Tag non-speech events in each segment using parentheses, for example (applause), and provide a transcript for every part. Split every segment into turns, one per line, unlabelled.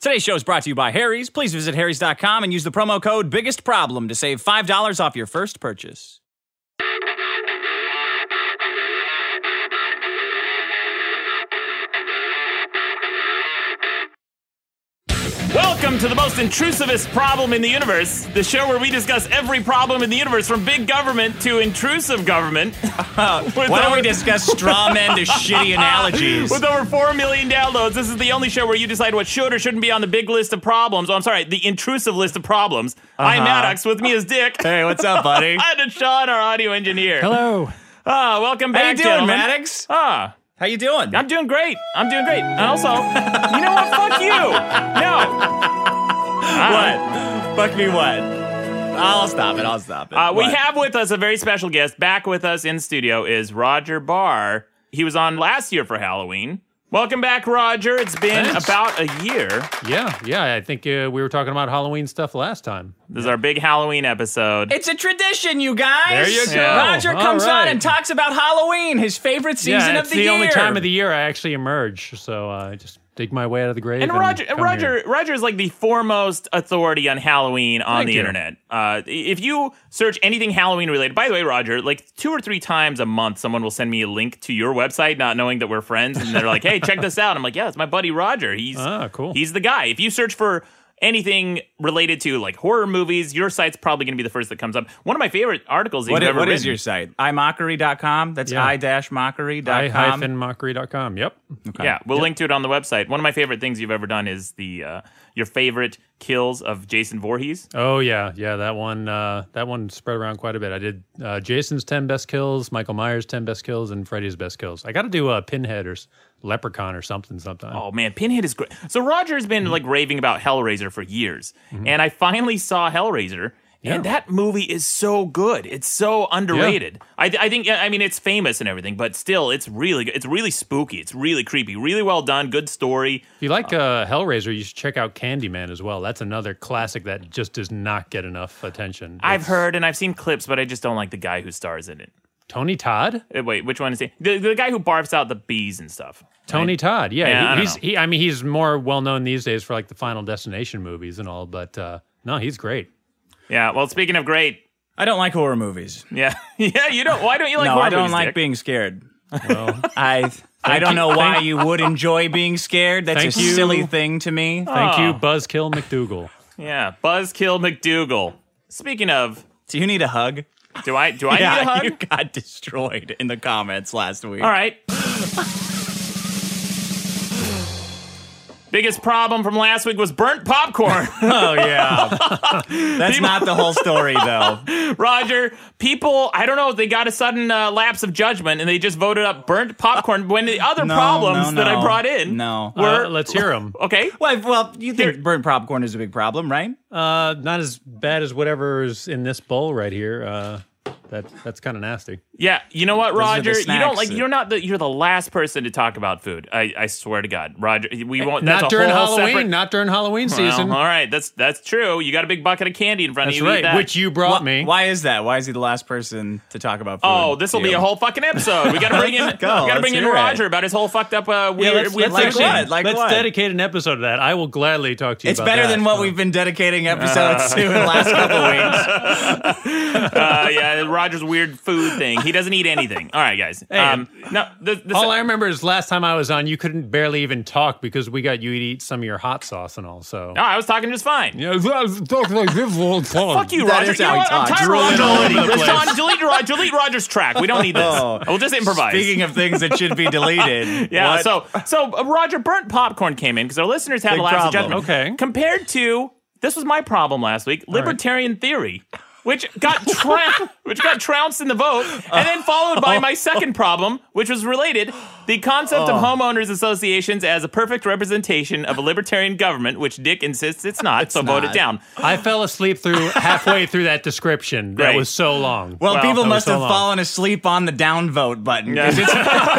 Today's show is brought to you by Harry's. Please visit harrys.com and use the promo code Biggest Problem to save $5 off your first purchase.
Welcome to the most intrusivist problem in the universe, the show where we discuss every problem in the universe from big government to intrusive government. (laughs) With
(laughs) Why don't we
over-
discuss straw men to shitty analogies?
With over 4 million downloads, this is the only show where you decide what should or shouldn't be on the big list of problems. Oh, I'm sorry, the intrusive list of problems. I'm Maddox. With me is Dick.
Uh-huh. Hey, what's up, buddy? How
And Sean, our audio engineer.
Hello.
Ah, welcome
you
back,
doing,
gentlemen.
Maddox?
Ah,
How you doing?
I'm doing great. I'm doing great.
(laughs)
And also, you know what? Fuck you. No. Ah.
what? Fuck me what? I'll stop it. I'll stop it.
Uh, we
What?
have with us a very special guest. Back with us in studio is Roger Barr. He was on last year for Halloween. Welcome back, Roger. It's been
Thanks.
about a year.
Yeah, yeah. I think uh, we were talking about Halloween stuff last time.
This is our big Halloween episode.
It's a tradition, you guys.
There you
go.
Roger
All
comes on
right.
and talks about Halloween, his favorite season
yeah,
of
it's
the, year.
only time of the year I actually emerge. So uh, I just dig my way out of the grave.
and
And,
Roger,
come
Roger,
here.
Roger is like the foremost authority on Halloween on
Thank
the
you.
internet. Uh, if you search anything Halloween related, by the way, Roger, like two or three times a month, someone will send me a link to your website, not knowing that we're friends, and they're like, "Hey, check this out." I'm like, "Yeah, it's my buddy Roger. He's
Ah, cool.
He's the guy." If you search for anything related to like horror movies, your site's probably going to be the first that comes up. One of my favorite articles that
What
you've
i-
ever
what is
written.
your site? imockery.com? That's
Yeah. I
i-mockery.com.
hyphen mockery.com. Yep.
Yeah, we'll link to it on the website. One of my favorite things you've ever done is the uh, your favorite kills of Jason Voorhees.
Oh yeah, yeah. That one, uh, that one spread around quite a bit. I did uh, Jason's ten best kills, Michael Myers' ten best kills, and Freddy's best kills. I got to do a Pinhead or s- Leprechaun or something sometime.
Oh man, Pinhead is great. So Roger's been like raving about Hellraiser for years,
Mm-hmm.
and I finally saw Hellraiser, and
Yeah.
that movie is so good. It's so underrated. I, I think I mean it's famous and everything, but still, it's really good. It's really spooky. It's really creepy. Really well done. Good story.
If you like uh, Hellraiser, you should check out Candyman as well. That's another classic that just does not get enough attention.
I've
It's
heard and I've seen clips, but I just don't like the guy who stars in it.
Tony Todd.
Uh, Wait, which one is he? The, the guy who barfs out the bees and stuff.
Tony Todd, yeah,
Yeah,
he-
I don't
he's
know.
he. I mean, he's more well known these days for like the Final Destination movies and all, but uh, no, he's great.
Yeah. Well, speaking of great,
I don't like horror movies.
yeah, (laughs) yeah. You don't. Why don't you like?
no,
horror
I don't
movies,
like
Dick?
being scared.
Well,
(laughs) I I don't know why you would enjoy being scared. That's
Thank
a
you.
silly thing to me.
Uh,
thank you, Buzzkill (laughs) McDougal.
Yeah, Buzzkill McDougal. Speaking of,
Do you need a hug?
do I do I need a
(laughs)
hug?
you got destroyed in the comments last week.
All right. Biggest problem from last week was
(laughs)
burnt popcorn.
Oh yeah, (laughs) that's not the whole story
(laughs)
though.
Roger, people, I don't know, they got a sudden uh, lapse of judgment and they just voted up burnt popcorn when the other
No,
problems
no,
that I
no.
brought in
No.
were
Uh, let's hear him.
okay.
Well, well, you think burnt popcorn is a big problem, right?
(laughs) Uh, not as bad as whatever's in this bowl right here. Uh, that that's kind of nasty.
Yeah, you know what,
are the
Roger? You don't
snacks
like
that-
you're not the you're the last person to talk about food. I, I swear to God, Roger. We
Eh,
won't. that's
Not
a
during
whole
Halloween.
separate-
Not during Halloween
Well,
season.
all right, that's that's true. You got a big bucket of candy in front
that's
of you. Eat
right.
that.
Which you brought
Wh-
me.
Why is that? Why is he the last person to talk about? Food
Oh, this will be
You.
a whole fucking episode. We gotta bring in,
(laughs) Let's go.
we gotta
Let's
bring in
hear it.
Roger about his whole fucked up uh, weird.
let's
weird
like
let's,
fiction.
what? Like
let's
what?
dedicate an episode to that. I will gladly talk to you.
It's
about
better
that.
than what we've been dedicating episodes to in the last couple
(laughs)
weeks.
Uh, yeah, Roger's weird food thing. He doesn't eat anything. All right, guys. um, no, the, the,
All I remember is last time I was on, you couldn't barely even talk because we got you to eat some of your hot sauce and all. So
Oh,
no, I was talking just fine.
Yeah, talk like this all the time.
Fuck you,
Oh, That
Roger.
is
You know
how he
what? I'm
talks.
tired of
Drooling all
Roger.
over the
Let's
place.
John, delete, Ro- delete Roger's track. We don't need this.
(laughs) Oh.
We'll just improvise.
Speaking of things that should be deleted,
Yeah.
what-
So so uh, Roger burnt popcorn came in because our listeners had
Big
a lapse of
problem.
judgment.
Okay.
Compared to this was my problem last week, libertarian theory. Which got tra- (laughs) which got trounced in the vote, and then followed
Oh.
by my second problem, which was related: the concept
Oh.
of homeowners associations as a perfect representation of a libertarian government, which Dick insists it's not. so vote it
not.
down.
I fell asleep through halfway through that description. That
Great.
was so long.
Well,
Well,
people
that
was
must
so
have
long.
fallen asleep on the downvote button. 'cause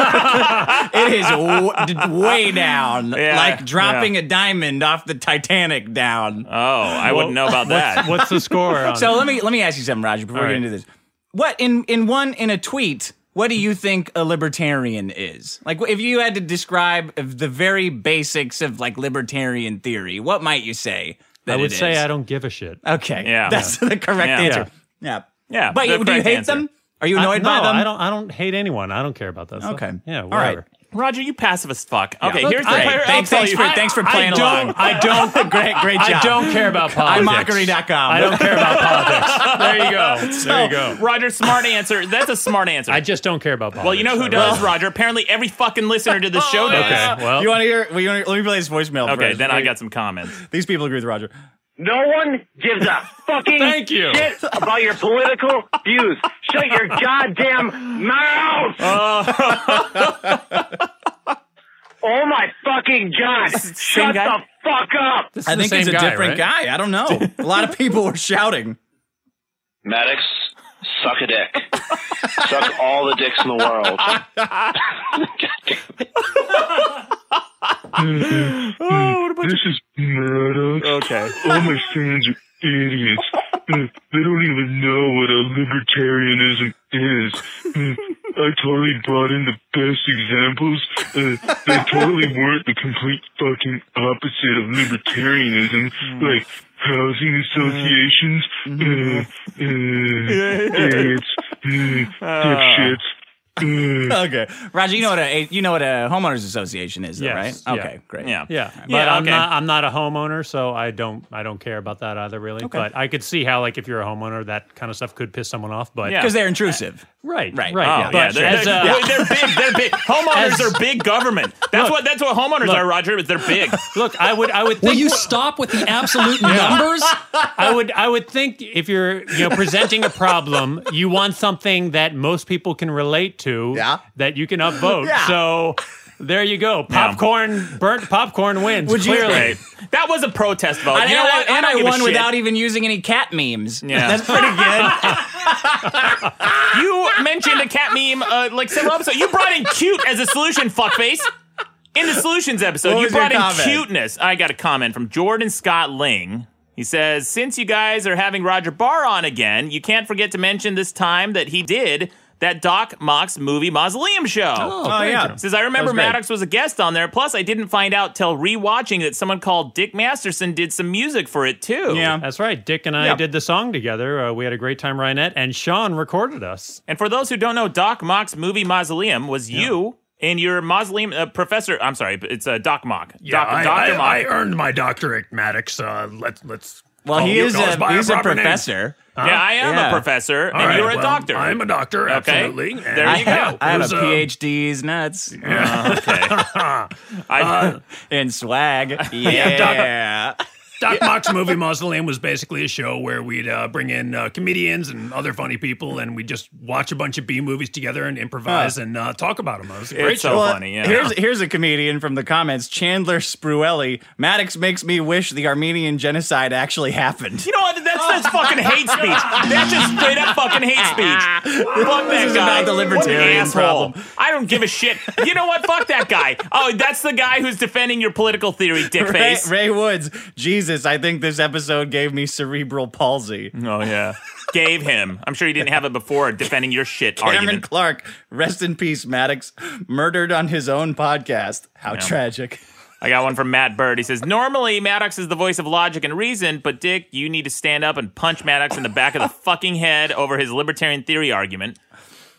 it's-
(laughs)
it is w- d- way down,
Yeah,
like dropping a diamond off the Titanic down.
Oh, I wouldn't know about that.
(laughs) what's the score? On
so let me let me ask you something, Roger, before we
All
get
right.
into this. What in in one in a tweet? what do you think a libertarian is? Like, if you had to describe of the very basics of like libertarian theory, what might you say? That
I would
it
say
is?
I don't give a shit.
Okay. (laughs)
Yeah.
That's the correct
Yeah.
answer. Yeah.
Yeah,
But
the
you, do you
correct
hate
answer.
them? Are you annoyed
no,
by them?
I don't. I don't hate anyone. I don't care about that. Stuff.
Okay.
Yeah.
All
Whatever.
right.
Roger, you passive as fuck. Okay,
Look,
here's the
I-
I'll
Thanks,
tell
thanks,
you-
for, thanks for
I
playing
don't-
along.
I
(laughs)
don't. great, great job.
I don't care about politics.
iMockery.com.
I don't care about (laughs) politics. There you go. there you go.
Roger, smart answer. That's a smart answer.
I just don't care about politics.
well, you know who does, Roger? Apparently, every fucking listener to this
(laughs)
(laughs)
Oh,
show does.
Okay. Well,
You want to hear? well, you wanna- let me play this voicemail.
Okay,
first.
then I got some comments.
These people agree with Roger.
No one gives a fucking
Thank you.
shit about your political views. Shut your goddamn mouth! (laughs) oh my fucking god!
Same
Shut
guy?
the fuck up!
this is
I
the
think
same
it's a
guy,
different
right?
guy. I don't know. A lot
(laughs)
of people were shouting.
Maddox, suck a dick. suck all the dicks in the world.
This is Murdoch.
Okay.
All my fans are idiots. Mm, They don't even know what a libertarianism is. Mm, I totally brought in the best examples. Uh, they totally weren't the complete fucking opposite of libertarianism, like housing associations. Uh,
Mm-hmm.
uh, idiots. Mm,
Uh,
Dipshits.
Hmm.
Mm.
Okay, Roger, you know what a you know what a homeowners association is, though,
Yes,
right?
yeah.
Okay, great.
Yeah.
Yeah, but
Yeah,
I'm
okay.
not. I'm not a homeowner, so I don't. I don't care about that either, really. But I could see how, like, if you're a homeowner, that kind of stuff could piss someone off. But
Yeah.
because they're intrusive.
right,
Right.
right,
Oh,
yeah.
Yeah,
But
they're,
as uh,
they're-
a-
wait, (laughs) they're big. They're big. Homeowners
As-
are big government. That's what that's what homeowners are, Roger. Is they're big.
look, I would. I would.
Will
think
you stop with the
(laughs)
absolute numbers?
I would I would think if you're you know presenting a problem, you want something that most people can relate to,
Yeah.
that you can upvote.
Yeah.
So there you go. Popcorn burnt popcorn wins
Would you-
clearly.
Right. That was a protest vote.
And,
you know
and
what?
I, and I
don't give a
won
shit.
without even using any cat memes.
Yeah.
(laughs) that's pretty
(laughs)
good.
You mentioned a cat meme uh, like several episodes. You brought in cute as a solution, fuckface. In the solutions episode,
What
you
was your
brought in
comment?
cuteness. I got a comment from Jordan Scott Ling. He says, Since you guys are having Roger Barr on again, you can't forget to mention this time that he did that Doc Mock's movie Mausoleum Show.
oh yeah.
Says I
That
remember
was great.
Maddox was a guest on there. Plus, I didn't find out till rewatching that someone called Dick Masterson did some music for it too.
Yeah.
That's right. Dick and I
Yeah.
did the song together. Uh, we had a great time writing it, and Sean recorded us.
And for those who don't know, Doc Mock's movie Mausoleum was you in your mausoleum uh, professor. I'm sorry, but it's uh, Doc Mock. Doc, Doctor Mock.
earned my doctorate, Maddox. Uh, let's let's.
Well, he
Oh,
you
is
goes
a
by a
he's a
proper name.
professor.
yeah, I am
Yeah.
a professor, and you're a doctor.
I'm a doctor,
Okay.
absolutely. And
There
I
you go.
have, I have
Who's,
a
uh,
PhD's nuts
I,
Uh, and swag. Yeah.
Doc Mock's movie Mausoleum was basically a show where we'd uh, bring in uh, comedians and other funny people, and we'd just watch a bunch of B movies together and improvise and uh, talk about them. It was a great
it's so
show.
Well,
funny. Yeah.
uh, Here's here's a comedian from the comments, Chandler Spruelli. Maddox makes me wish the Armenian genocide actually happened.
you know what? That's
(laughs)
that's fucking hate speech. That's just straight up fucking hate speech. Fuck that
is
guy.
about the
what an
libertarian
asshole.
problem.
I don't give a shit. You know what? Fuck that guy. Oh, that's the guy who's defending your political theory,
Ray,
dickface.
Ray Woods, Jesus, I think this episode gave me cerebral palsy.
Oh yeah. Gave him. I'm sure he didn't have it before defending your shit
Cameron
argument.
Clark, rest in peace, Maddox, murdered on his own podcast. How tragic.
I got one from Matt Bird. He says, Normally, Maddox is the voice of logic and reason, but Dick, you need to stand up and punch Maddox in the back of
(laughs)
the fucking head over his libertarian theory argument.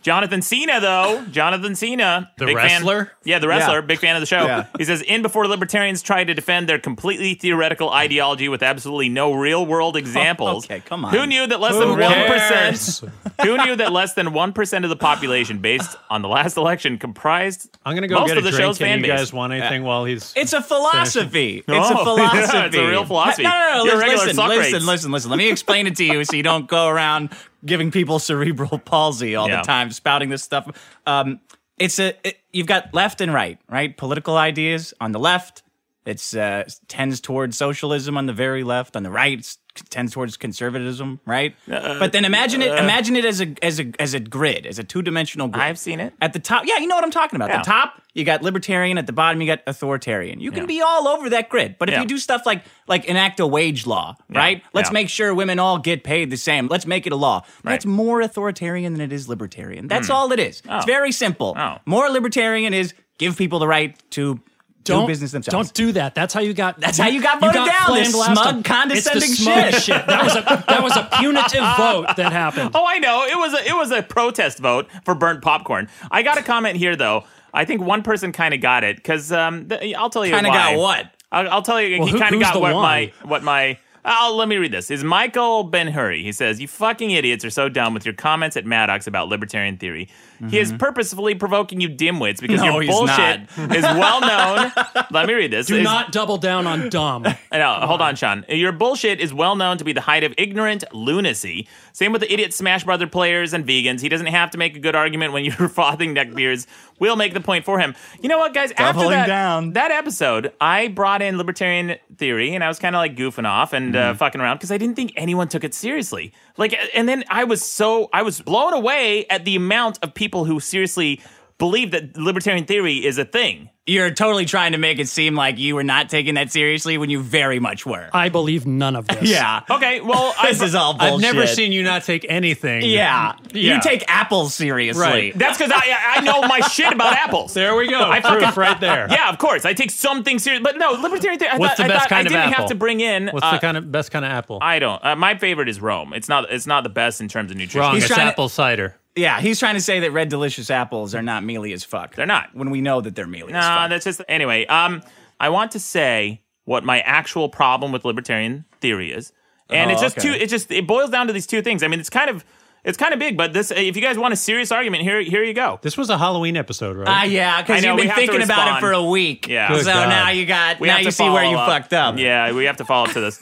Jonathan Cena, though. Jonathan Cena.
The
big Fan.
wrestler?
Yeah, the wrestler.
Yeah.
Big fan of the show.
Yeah.
He says, In before libertarians tried to defend their completely theoretical ideology with absolutely no real world examples.
(laughs) Okay, come on.
Who knew that less
Who
than 1%?
cares?
Who knew that less than 1% of the population, based on the last election, comprised
I'm gonna go
most
get
of
a
the
drink.
show's fan
Can you
base?
guys want anything while he's?
It's a philosophy. It's
Oh, (laughs)
a philosophy.
yeah, it's a real philosophy.
No, no, no.
You're a
listen,
regular
listen,
Socrates.
listen, listen, listen. Let me explain it to you so you don't go around giving people (laughs) cerebral palsy all
Yeah.
the time, spouting this stuff. Um, it's a it, you've got left and right, right? Political ideas on the left It's uh, tends towards socialism on the very left, on the right it's- tends towards conservatism, right?
Uh,
but then imagine it, imagine it as a as a as a grid, as a two dimensional grid.
I've seen it.
At the top, yeah, you know what I'm talking about.
Yeah.
The top, you got libertarian. At the bottom, you got authoritarian. You can be all over that grid, but if
Yeah.
you do stuff like like enact a wage law, right? Let's
Yeah.
make sure women all get paid the same. Let's make it a law. That's
Right.
more authoritarian than it is libertarian. That's all it is. It's very simple.
Oh.
More libertarian is give people the right to do business themselves.
Don't do that. That's how you got.
That's how you got voted down, this
flamed last
smug,
time.
condescending
it's the smug
shit.
That was a that was a
(laughs)
punitive vote that happened.
Oh, I know. It was a it was a protest vote for burnt popcorn. I got a comment here though. I think one person kind of got it because um, th- I'll tell you
Kinda
why.
got what?
I'll, I'll tell you.
Well,
he
who-
kind of
who's
got
the
what
one?
my what my. Oh, let me read this. Is Michael Ben Hurry? He says, "You fucking idiots are so dumb with your comments at Maddox about libertarian theory. He is purposefully provoking you dimwits because
No,
your
he's
bullshit is well known. let me read this.
Do
Is-
not double down on dumb.
Uh, no, hold on, Sean. Your bullshit is well known to be the height of ignorant lunacy. Same with the idiot Smash Brother players and vegans. He doesn't have to make a good argument when (laughs) you're frothing neckbeards. We'll make the point for him. You know what, guys? After
Doubling
that,
down.
that episode, I brought in libertarian theory and I was kind of like goofing off and uh, fucking around because I didn't think anyone took it seriously. Like, and then I was so I was blown away at the amount of people who seriously believe that libertarian theory is a thing.
You're totally trying to make it seem like you were not taking that seriously when you very much were.
I believe none of this.
yeah.
Okay, well,
This (laughs)
I,
is all bullshit.
I've never seen you not take anything.
Yeah.
Yeah.
You take apples seriously.
Right.
That's because I I know my shit about apples.
There we (laughs) go. Proof right there.
Yeah, of course. I take something serious, but no libertarian theory. I
What's
thought,
the
I,
best
thought I
kind of
didn't have
apple?
to bring in.
What's
uh,
the kind of best kind of apple?
I don't. Uh, my favorite is Rome. It's not. It's not the best in terms of nutrition.
Wrong.
He's
It's
trying to-
apple cider.
Yeah, he's trying to say that red delicious apples are not mealy as fuck.
They're not.
When we know that they're mealy as
Nah,
fuck.
that's just anyway. Um, I want to say what my actual problem with libertarian theory is, and
Oh,
it's just
okay.
two. It just it boils down to these two things. I mean, it's kind of it's kind of big, but this. If you guys want a serious argument, here here you go.
This was a Halloween episode, right?
Ah, yeah,
I
because
know,
you've
we
been
have to
thinking about it
respond.
for a week.
Yeah.
So
Good God.
now you got
We
now
have
you
to
see where you
follow
fucked up.
Yeah, we have to follow up to this.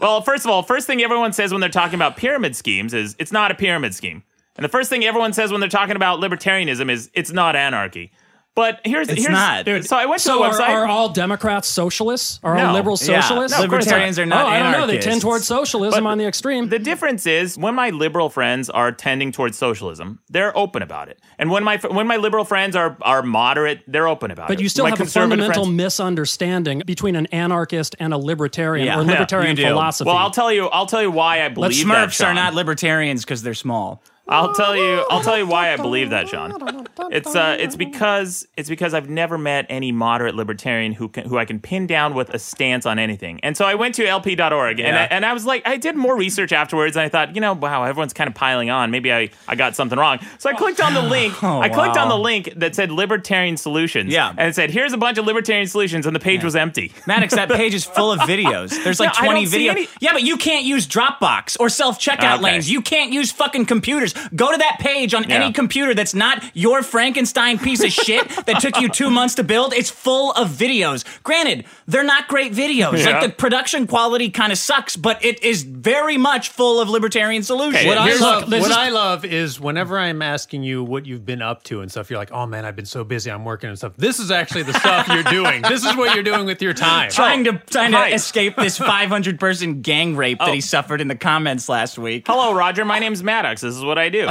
Well, first of all, first thing everyone says when they're talking about pyramid schemes is it's not a pyramid scheme. And the first thing everyone says when they're talking about libertarianism is it's not anarchy. But here's
It's
here's
not.
Dude, so I went
So
to the
are,
website.
are all Democrats socialists? Are
No.
all liberals
Yeah.
socialists?
No, of course Libertarians not. are not
Oh, I don't know. They
anarchists.
tend towards socialism
But
on the extreme.
The difference is when my liberal friends are tending towards socialism, they're open about it. And when my when my liberal friends are are moderate, they're open about it.
but you still
my
have a
conservative
fundamental
friends-
misunderstanding between an anarchist and a libertarian
Yeah.
or
Yeah, (laughs) you
libertarian
do.
philosophy.
Well, I'll tell you I'll tell you why I
But
believe that.
Smurfs are
Sean.
not libertarians because they're small.
I'll tell you. I'll tell you why I believe that, Sean. It's uh, it's because it's because I've never met any moderate libertarian who can, who I can pin down with a stance on anything. And so I went to lp.org and I,
Yeah.
and I was like, I did more research afterwards, and I thought, you know, wow, everyone's kind of piling on. Maybe I I got something wrong. So I clicked on the
(laughs)
link. I clicked on
Oh, wow.
the link that said libertarian solutions.
Yeah.
and it said here's a bunch of libertarian solutions, and the page was empty.
Maddox, that page is full of videos. There's like
No,
20
I don't see
videos.
any-
Yeah, but you can't use Dropbox or self checkout
Okay.
lanes. You can't use fucking computers. Go to that page on
Yeah.
any computer that's not your Frankenstein piece of shit that took you two months to build. It's full of videos. Granted, they're not great videos.
Yeah.
Like the production quality kind of sucks, but it is very much full of libertarian solutions.
What I
Here's-
love,
this
what
is-
I love is whenever I'm asking you what you've been up to and stuff, you're like, "Oh man, I've been so busy, I'm working and stuff." This is actually the
(laughs)
stuff you're doing. This is what you're doing with your time.
Trying to trying
Right.
to escape
(laughs)
this 500 person gang rape
Oh.
that he suffered in the comments last week.
Hello, Roger. My name's Maddox. This is what I do.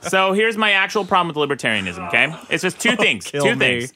so here's my actual problem with libertarianism. Okay, it's just two things. Two
Oh, kill me.
things.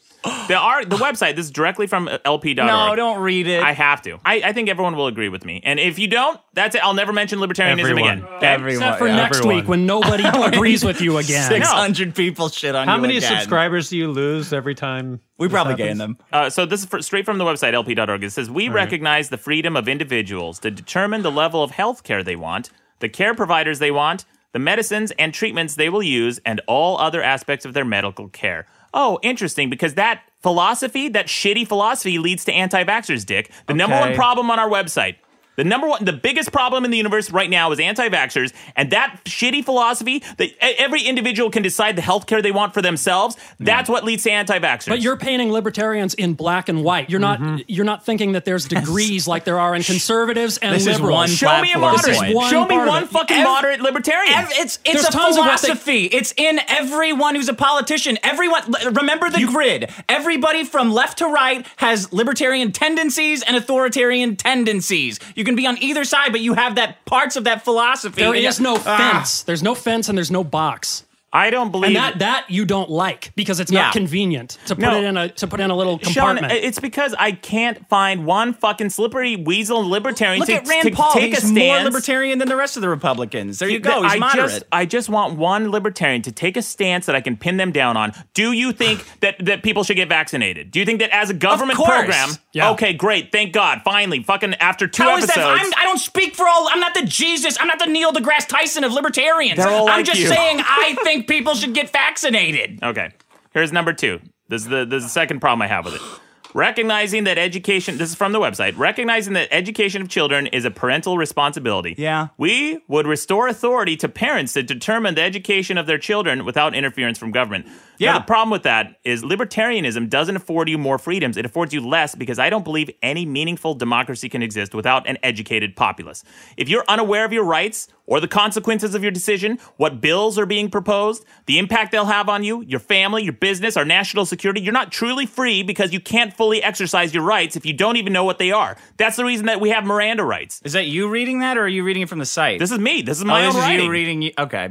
The art, the website. This is directly from uh, lp.org.
No, don't read it.
I have to. I, I think everyone will agree with me. And if you don't, that's it. I'll never mention libertarianism
Everyone.
again. Okay?
Everyone,
Except for
yeah.
next
everyone.
week when
(laughs)
nobody agrees with you again.
Six hundred people shit on
How
you
many
again.
subscribers do you lose every time?
We
this
probably gain
happens?
them.
Uh, so this is fr straight from the website lp.org. It says we recognize the freedom of individuals to determine the level of health care they want, the care providers they want, the medicines and treatments they will use, and all other aspects of their medical care. Oh, interesting, because that philosophy, that shitty philosophy, leads to anti-vaxxers, Dick. The number
Okay.
one problem on our website. The number one, the biggest problem in the universe right now is anti-vaxxers, and that shitty philosophy that e- every individual can decide the healthcare they want for themselves. That's what leads to anti-vaxxers.
But you're painting libertarians in black and white. You're not.
Mm-hmm.
You're not thinking that
(laughs)
there's degrees like there are in conservatives and
This is
liberals.
one
show me a
platform.
moderate.
This is
one
show me
part of
one
it.
fucking
Ev-
moderate libertarian.
Ev- it's it's
There's
a
tons of what they-
philosophy. it's in everyone who's a politician. Everyone l- remember the grid. Everybody from left to right has libertarian tendencies and authoritarian tendencies. You can be on either side, but you have that parts of that philosophy.
There
And-
is no
Ah.
fence. There's no fence and there's no box.
I don't believe
And that that you don't like because it's
Yeah.
not convenient to put
No.
it in a to put in a little
Sean,
compartment.
it's because I can't find one fucking slippery weasel libertarian
Look
to,
at Rand
to
Paul.
take
He's
a stance.
more libertarian than the rest of the Republicans. There you go. He's
I
moderate.
just, I just want one libertarian to take a stance that I can pin them down on. Do you
(sighs)
think that, that people should get vaccinated? Do you think that as a government
course.
program?
Yeah.
Okay, great. Thank God. Finally, fucking after two
How is
episodes.
that? I'm, I don't speak for all. I'm not the Jesus. I'm not the Neil deGrasse Tyson of libertarians.
They're all
I'm
like
just
you. (laughs)
saying I think people should get vaccinated.
Okay. Here's number two. This is the this is the second problem I have with it. Recognizing that education this is from the website. Recognizing that education of children is a parental responsibility.
Yeah.
We would restore authority to parents to determine the education of their children without interference from government. Now,
Yeah.
the problem with that is libertarianism doesn't afford you more freedoms. It affords you less because I don't believe any meaningful democracy can exist without an educated populace. If you're unaware of your rights or the consequences of your decision, what bills are being proposed, the impact they'll have on you, your family, your business, our national security, you're not truly free because you can't fully exercise your rights if you don't even know what they are. That's the reason that we have Miranda rights.
Is that you reading that, or are you reading it from the site?
This is me. This is
oh,
my
this
own
is
writing.
you reading. You, okay.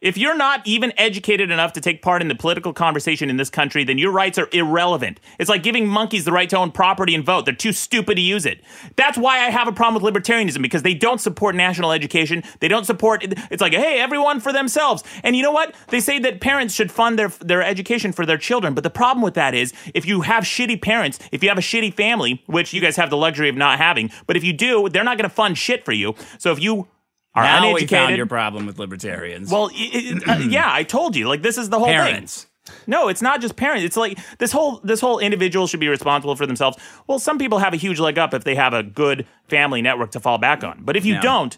If you're not even educated enough to take part in the political conversation in this country, then your rights are irrelevant. It's like giving monkeys the right to own property and vote. They're too stupid to use it. That's why I have a problem with libertarianism because they don't support national education. They don't support it's like, "Hey, everyone for themselves." And you know what? They say that parents should fund their their education for their children, but the problem with that is if you have shitty parents, if you have a shitty family, which you guys have the luxury of not having, but if you do, they're not going to fund shit for you. So if you are
Now we
uneducated,
found your problem with libertarians.
well, i
(clears throat)
i uh, yeah, I told you. Like this is the whole
parents.
thing. No, it's not just parents. It's like this whole this whole individual should be responsible for themselves. Well, some people have a huge leg up if they have a good family network to fall back on. But if you
Yeah.
don't,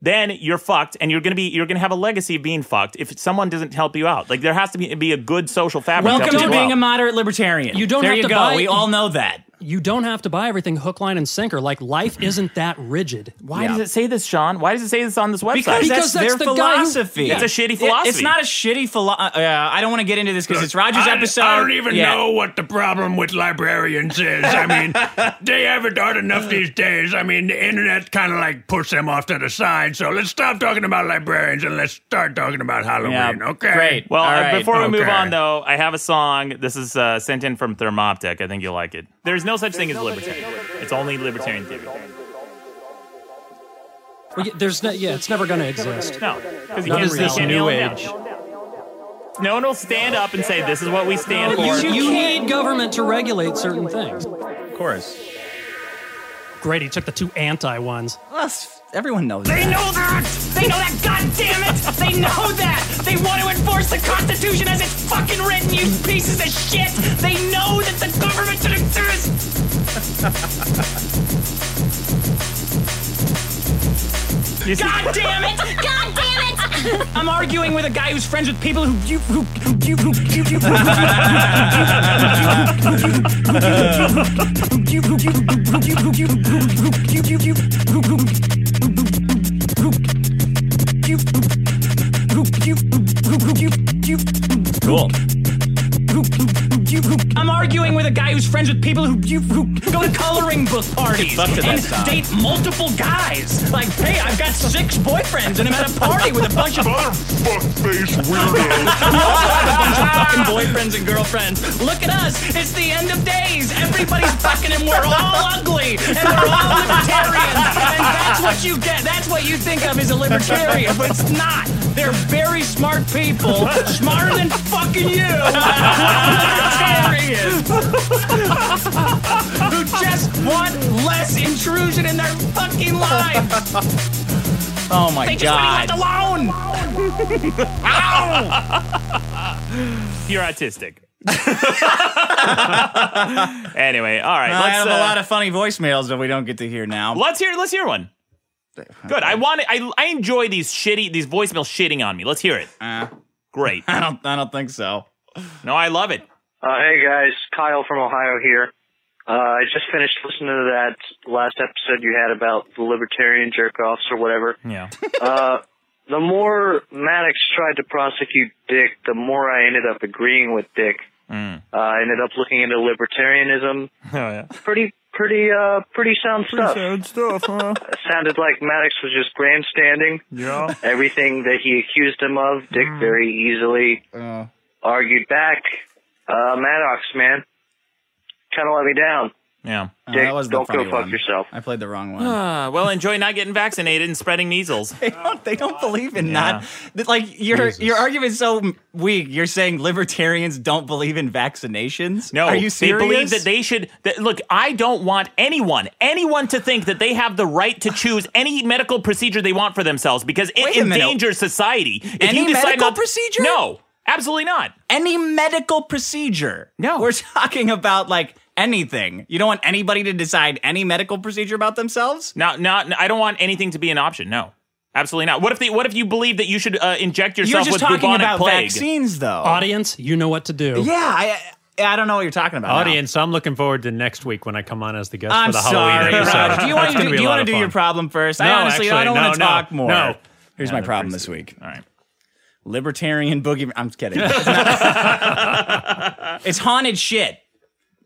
then you're fucked and you're going to be you're going to have a legacy of being fucked if someone doesn't help you out. Like there has to be, be a good social fabric.
Welcome
helping
to
you
being a
out.
moderate libertarian.
You don't
there
have
you
to
go.
buy-
We all know that.
you don't have to buy everything hook, line, and sinker. Like life isn't that rigid.
Why
Yeah.
does it say this, Sean? Why does it say this on this website?
Because,
Because
that's,
that's
their
the guy who-
philosophy.
It's a shitty
It- it's
philosophy.
not a shitty philosophy. Uh, I don't want to get into this because it's (laughs) Roger's
I,
episode.
I don't even
Yeah.
know what the problem with librarians is. I
(laughs)
mean, they haven't done enough these days. I mean, the internet kind of like puts them off to the side. So let's stop talking about librarians and let's start talking about Halloween. Okay.
Great.
Well,
All
uh,
right.
before we move
Okay.
on, though, I have a song. This is uh, sent in from Thermoptic. I think you'll like it. There's no such thing as libertarian. It's only libertarian theory.
We- There's no, yeah, it's never going to exist.
No, because you
Not
can't,
as
you
this
can't
new
nail it down.
age.
No one will stand up and say this is what we stand
You,
for.
you need government to regulate certain things.
Of course.
Great, he took the two anti ones.
Well, s- everyone knows
They
that.
know that! They know that, God damn it! They know that! They want to enforce the Constitution as it's fucking written, you pieces of shit! They know that the government should exist!
You see-
God damn it! God damn it!
I'm arguing with a guy who's friends with people who you who you who you who you
Cool.
I'm arguing with a guy who's friends with people who you who go to coloring book parties
Fuck to that
and
song.
date multiple guys. Like, hey, I've got six boyfriends and I'm at a party with a bunch of
Fuckface weirdo.
fucking boyfriends and girlfriends. Look at us. It's the end of days. Everybody's fucking and we're all ugly. And we're all libertarians. And that's what you get. That's what you think of as a libertarian, but it's not. They're very smart people. Smarter than fucking you. libertarians. Who just want less intrusion in their fucking lives. Oh my
They just want to be left alone!
You're autistic. (laughs) Anyway, all right.
I
let's,
have a
uh,
lot of funny voicemails that we don't get to hear now.
Let's hear. Let's hear one. Good. I want it. I I enjoy these shitty these voicemails shitting on me. Let's hear it.
Uh,
Great.
I don't. I don't think so.
No, I love it.
Uh, hey guys, Kyle from Ohio here. Uh, I just finished listening to that last episode you had about the libertarian jerk offs or whatever.
Yeah.
Uh, the more Maddox tried to prosecute Dick, the more I ended up agreeing with Dick.
Mm.
Uh, I ended up looking into libertarianism.
(laughs) Oh yeah.
Pretty, pretty, uh, pretty sound stuff.
sound stuff, huh?
(laughs) It sounded like Maddox was just grandstanding.
Yeah. Mm.
Everything that he accused him of, Dick very easily
Uh,
argued back. Uh, Maddox, man, kind of let me down.
Yeah.
uh,
Dick,
that was the
don't
funny
go fuck
one.
yourself.
I played the wrong one.
Ah, well, enjoy not getting vaccinated and spreading measles.
(laughs) They don't. They don't believe in
Yeah.
not. that, Like your your argument's so m- weak. You're saying libertarians don't believe in vaccinations.
No,
are you serious?
they believe that they should. That, look, I don't want anyone, anyone to think that they have the right to choose any medical procedure they want for themselves because it
Wait a minute.
endangers society. If
Any
you decide
medical
not-
procedure?
No, absolutely not.
any medical procedure.
No.
we're talking about like anything. You don't want anybody to decide any medical procedure about themselves.
Not, not. I don't want anything to be an option. No, absolutely not. What if they? What if you believe that you should uh, inject
You're
yourself
just
with
talking
bubonic
about
plague?
vaccines, though.
Audience, you know what to do.
Yeah, I I I don't know what you're talking about. now.
Audience, I'm looking forward to next week when I come on as the guest
I'm
for the
sorry,
Halloween episode.
Raj. Do you want
That's
to do,
gonna be a
you
lot
want
of
to do your
fun.
problem first? I
No,
honestly I
actually,
don't
no,
want to
no,
talk more.
no.
Here's my problem this week.
All right.
libertarian boogeyman. I'm just
(laughs)
kidding. It's, not- (laughs) it's haunted shit.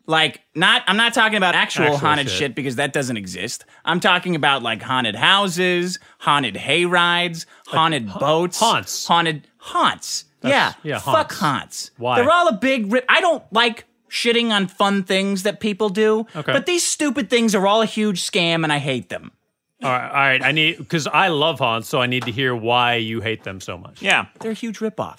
Like not, I'm not talking about actual,
Actual
haunted shit.
shit.
because that doesn't exist. I'm talking about like haunted houses, haunted hay rides, haunted boats,
haunts.
haunted haunts. yeah,
yeah,
fuck
haunts.
haunts.
Why?
They're all a big. Ri- I don't like shitting on fun things that people do,
Okay.
but these stupid things are all a huge scam, and I hate them.
All right, all right. I need because I love haunts, so I need to hear why you hate them so much.
Yeah.
They're a huge ripoff.
Why?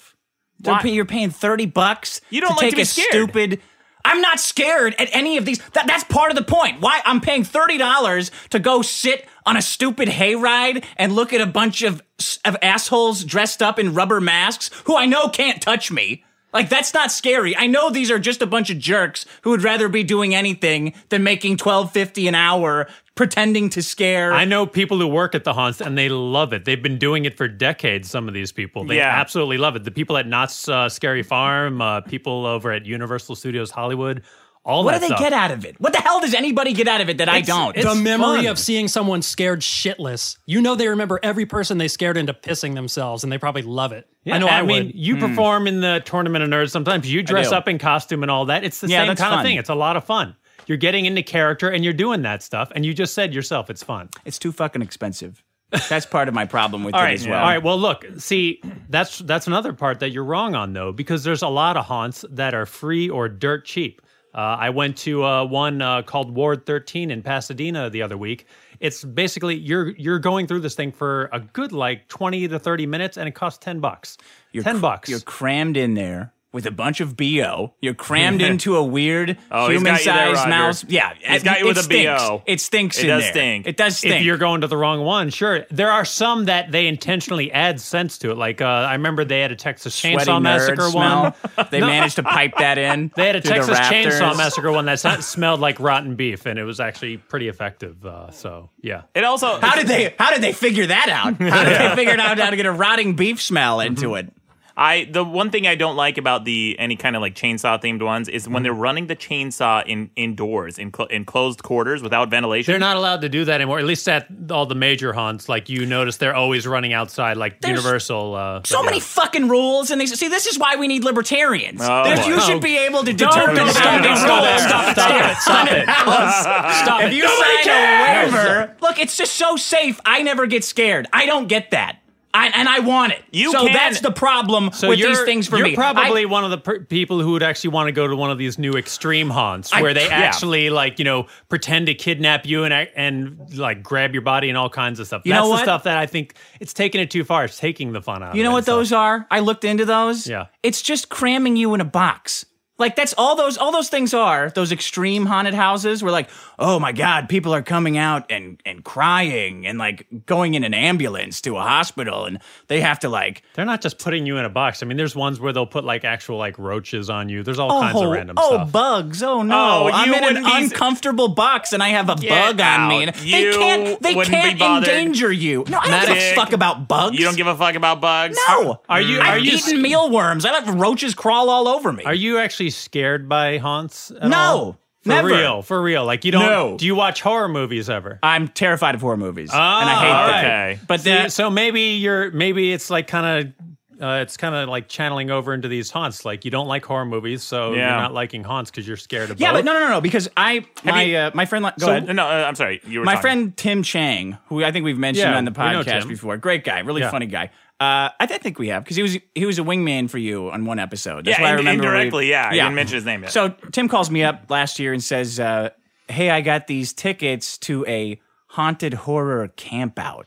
They're pay, you're paying thirty bucks.
You don't
to
like
take
to be
a
scared.
stupid. I'm not scared at any of these. That, that's part of the point. Why I'm paying thirty dollars to go sit on a stupid hayride and look at a bunch of s- of assholes dressed up in rubber masks who I know can't touch me. Like that's not scary. I know these are just a bunch of jerks who would rather be doing anything than making twelve fifty an hour pretending to scare.
I know people who work at the haunts and they love it. They've been doing it for decades. Some of these people, they
Yeah.
absolutely love it. The people at Knott's uh, Scary Farm, uh, people over at Universal Studios Hollywood, all
what do
that
they
stuff.
get out of it? What the hell does anybody get out of it that I don't?
the memory
fun.
of seeing someone scared shitless. You know they remember every person they scared into pissing themselves, and they probably love it.
Yeah,
I know. I,
mean,
would.
you perform in the tournament of nerds sometimes. You dress
Hmm. do.
up in costume and all that. It's the
Yeah,
same
that's
kind
fun.
of thing. It's a lot of fun. You're getting into character and you're doing that stuff. And you just said yourself, it's fun.
It's too fucking expensive. That's part of my problem with
All
it
right.
as well.
All right. Well, look, see, that's that's another part that you're wrong on though, because there's a lot of haunts that are free or dirt cheap. Uh, I went to uh, one uh, called Ward 13 in Pasadena the other week. It's basically you're you're going through this thing for a good like 20 to 30 minutes, and it costs 10 bucks.
You're
10
cr-
bucks.
You're crammed in there with a bunch of bo. You're
(laughs)
crammed into a weird
Oh, he's got you there,
human-sized
Roger.
mouse. Yeah,
He's got you with
it
a
stinks.
BO.
It stinks.
It
in
does
there.
stink.
It does stink.
If you're going to the wrong one, sure. There are some that they intentionally add sense to it. Like uh, I remember they had a Texas
sweaty
Chainsaw
nerd
Massacre one.
smell. (laughs)
(laughs)
They managed to pipe that in.
They had a
through the
Texas Chainsaw
rafters.
Massacre one
(laughs)
that s- smelled like rotten beef, and it was actually pretty effective. Uh, so yeah,
It also.
How did they? How did they figure that out? How
(laughs)
did they figure out how to get a rotting beef smell
Mm-hmm.
into it?
I the one thing I don't like about the any kind of like chainsaw themed ones is
Mm-hmm.
when they're running the chainsaw in indoors in clo- in closed quarters without ventilation.
they're not allowed to do that anymore. At least at all the major haunts, like you notice, they're always running outside, like
There's
Universal. Uh,
So many fucking rules, and they see. This is why we need libertarians.
Oh,
There's- you
boy.
should be able to determine
don't,
how
don't,
many
don't, stop
rules.
it,
Stop it! Stop it! Stop it! Stop If you sign a waiver, look, it's just so safe. I never get scared. I don't get that, I, and I want it.
You
so
can-
that's the problem
So
with
you're,
these things for
you're
me.
probably
I-
one of the per- people who would actually want to go to one of these new extreme haunts
I-
where they
yeah.
actually like you know pretend to kidnap you and ac- and like grab your body and all kinds of stuff.
You
That's
know
the
what?
stuff that I think it's taking it too far. It's taking the fun out.
you know
of it,
what
so.
those are? I looked into those.
Yeah.
It's just cramming you in a box. Like that's all those all those things are those extreme haunted houses where like oh my god people are coming out and and crying and like going in an ambulance to a hospital and they have to like
they're not just putting you in a box. I mean, there's ones where they'll put like actual like roaches on you. There's all
oh,
kinds of random
oh
stuff.
bugs oh no
Oh,
I'm
you
in an
wouldn't be-
uncomfortable box and I have a
Get
bug on me
out.
and they
You
can't they
wouldn't be
can't
bothered.
endanger you no I don't give a
Magic.
fuck about bugs
You don't give a fuck about bugs.
no
Are you-
I've
are you-
eaten mealworms I have roaches crawl all over me
Are you actually scared by haunts? At
No,
all? for
never.
real, for real. Like you don't.
No.
Do you watch horror movies ever?
I'm terrified of horror movies,
and
Ah,
I hate them.
But that, so maybe you're maybe it's like kind of uh, it's kind of like channeling over into these haunts. Like you don't like horror movies, so you're
Yeah.
not liking haunts because you're scared of
yeah but
both.
no no no no because I my
you-
uh, my friend li- go
So-
ahead
No, uh, I'm sorry. You were
my
talking.
friend Tim Chang, who I think we've mentioned
Yeah,
on the
we know
podcast
Tim.
before, great guy, really
Yeah.
funny guy. Uh, I, th- I think we have because he was he was a wingman for you on one episode. That's
Yeah,
why I
in-
remember we-
indirectly, yeah. You didn't mention his name yet.
So Tim calls me up last year and says, uh, "Hey, I got these tickets to a haunted horror campout."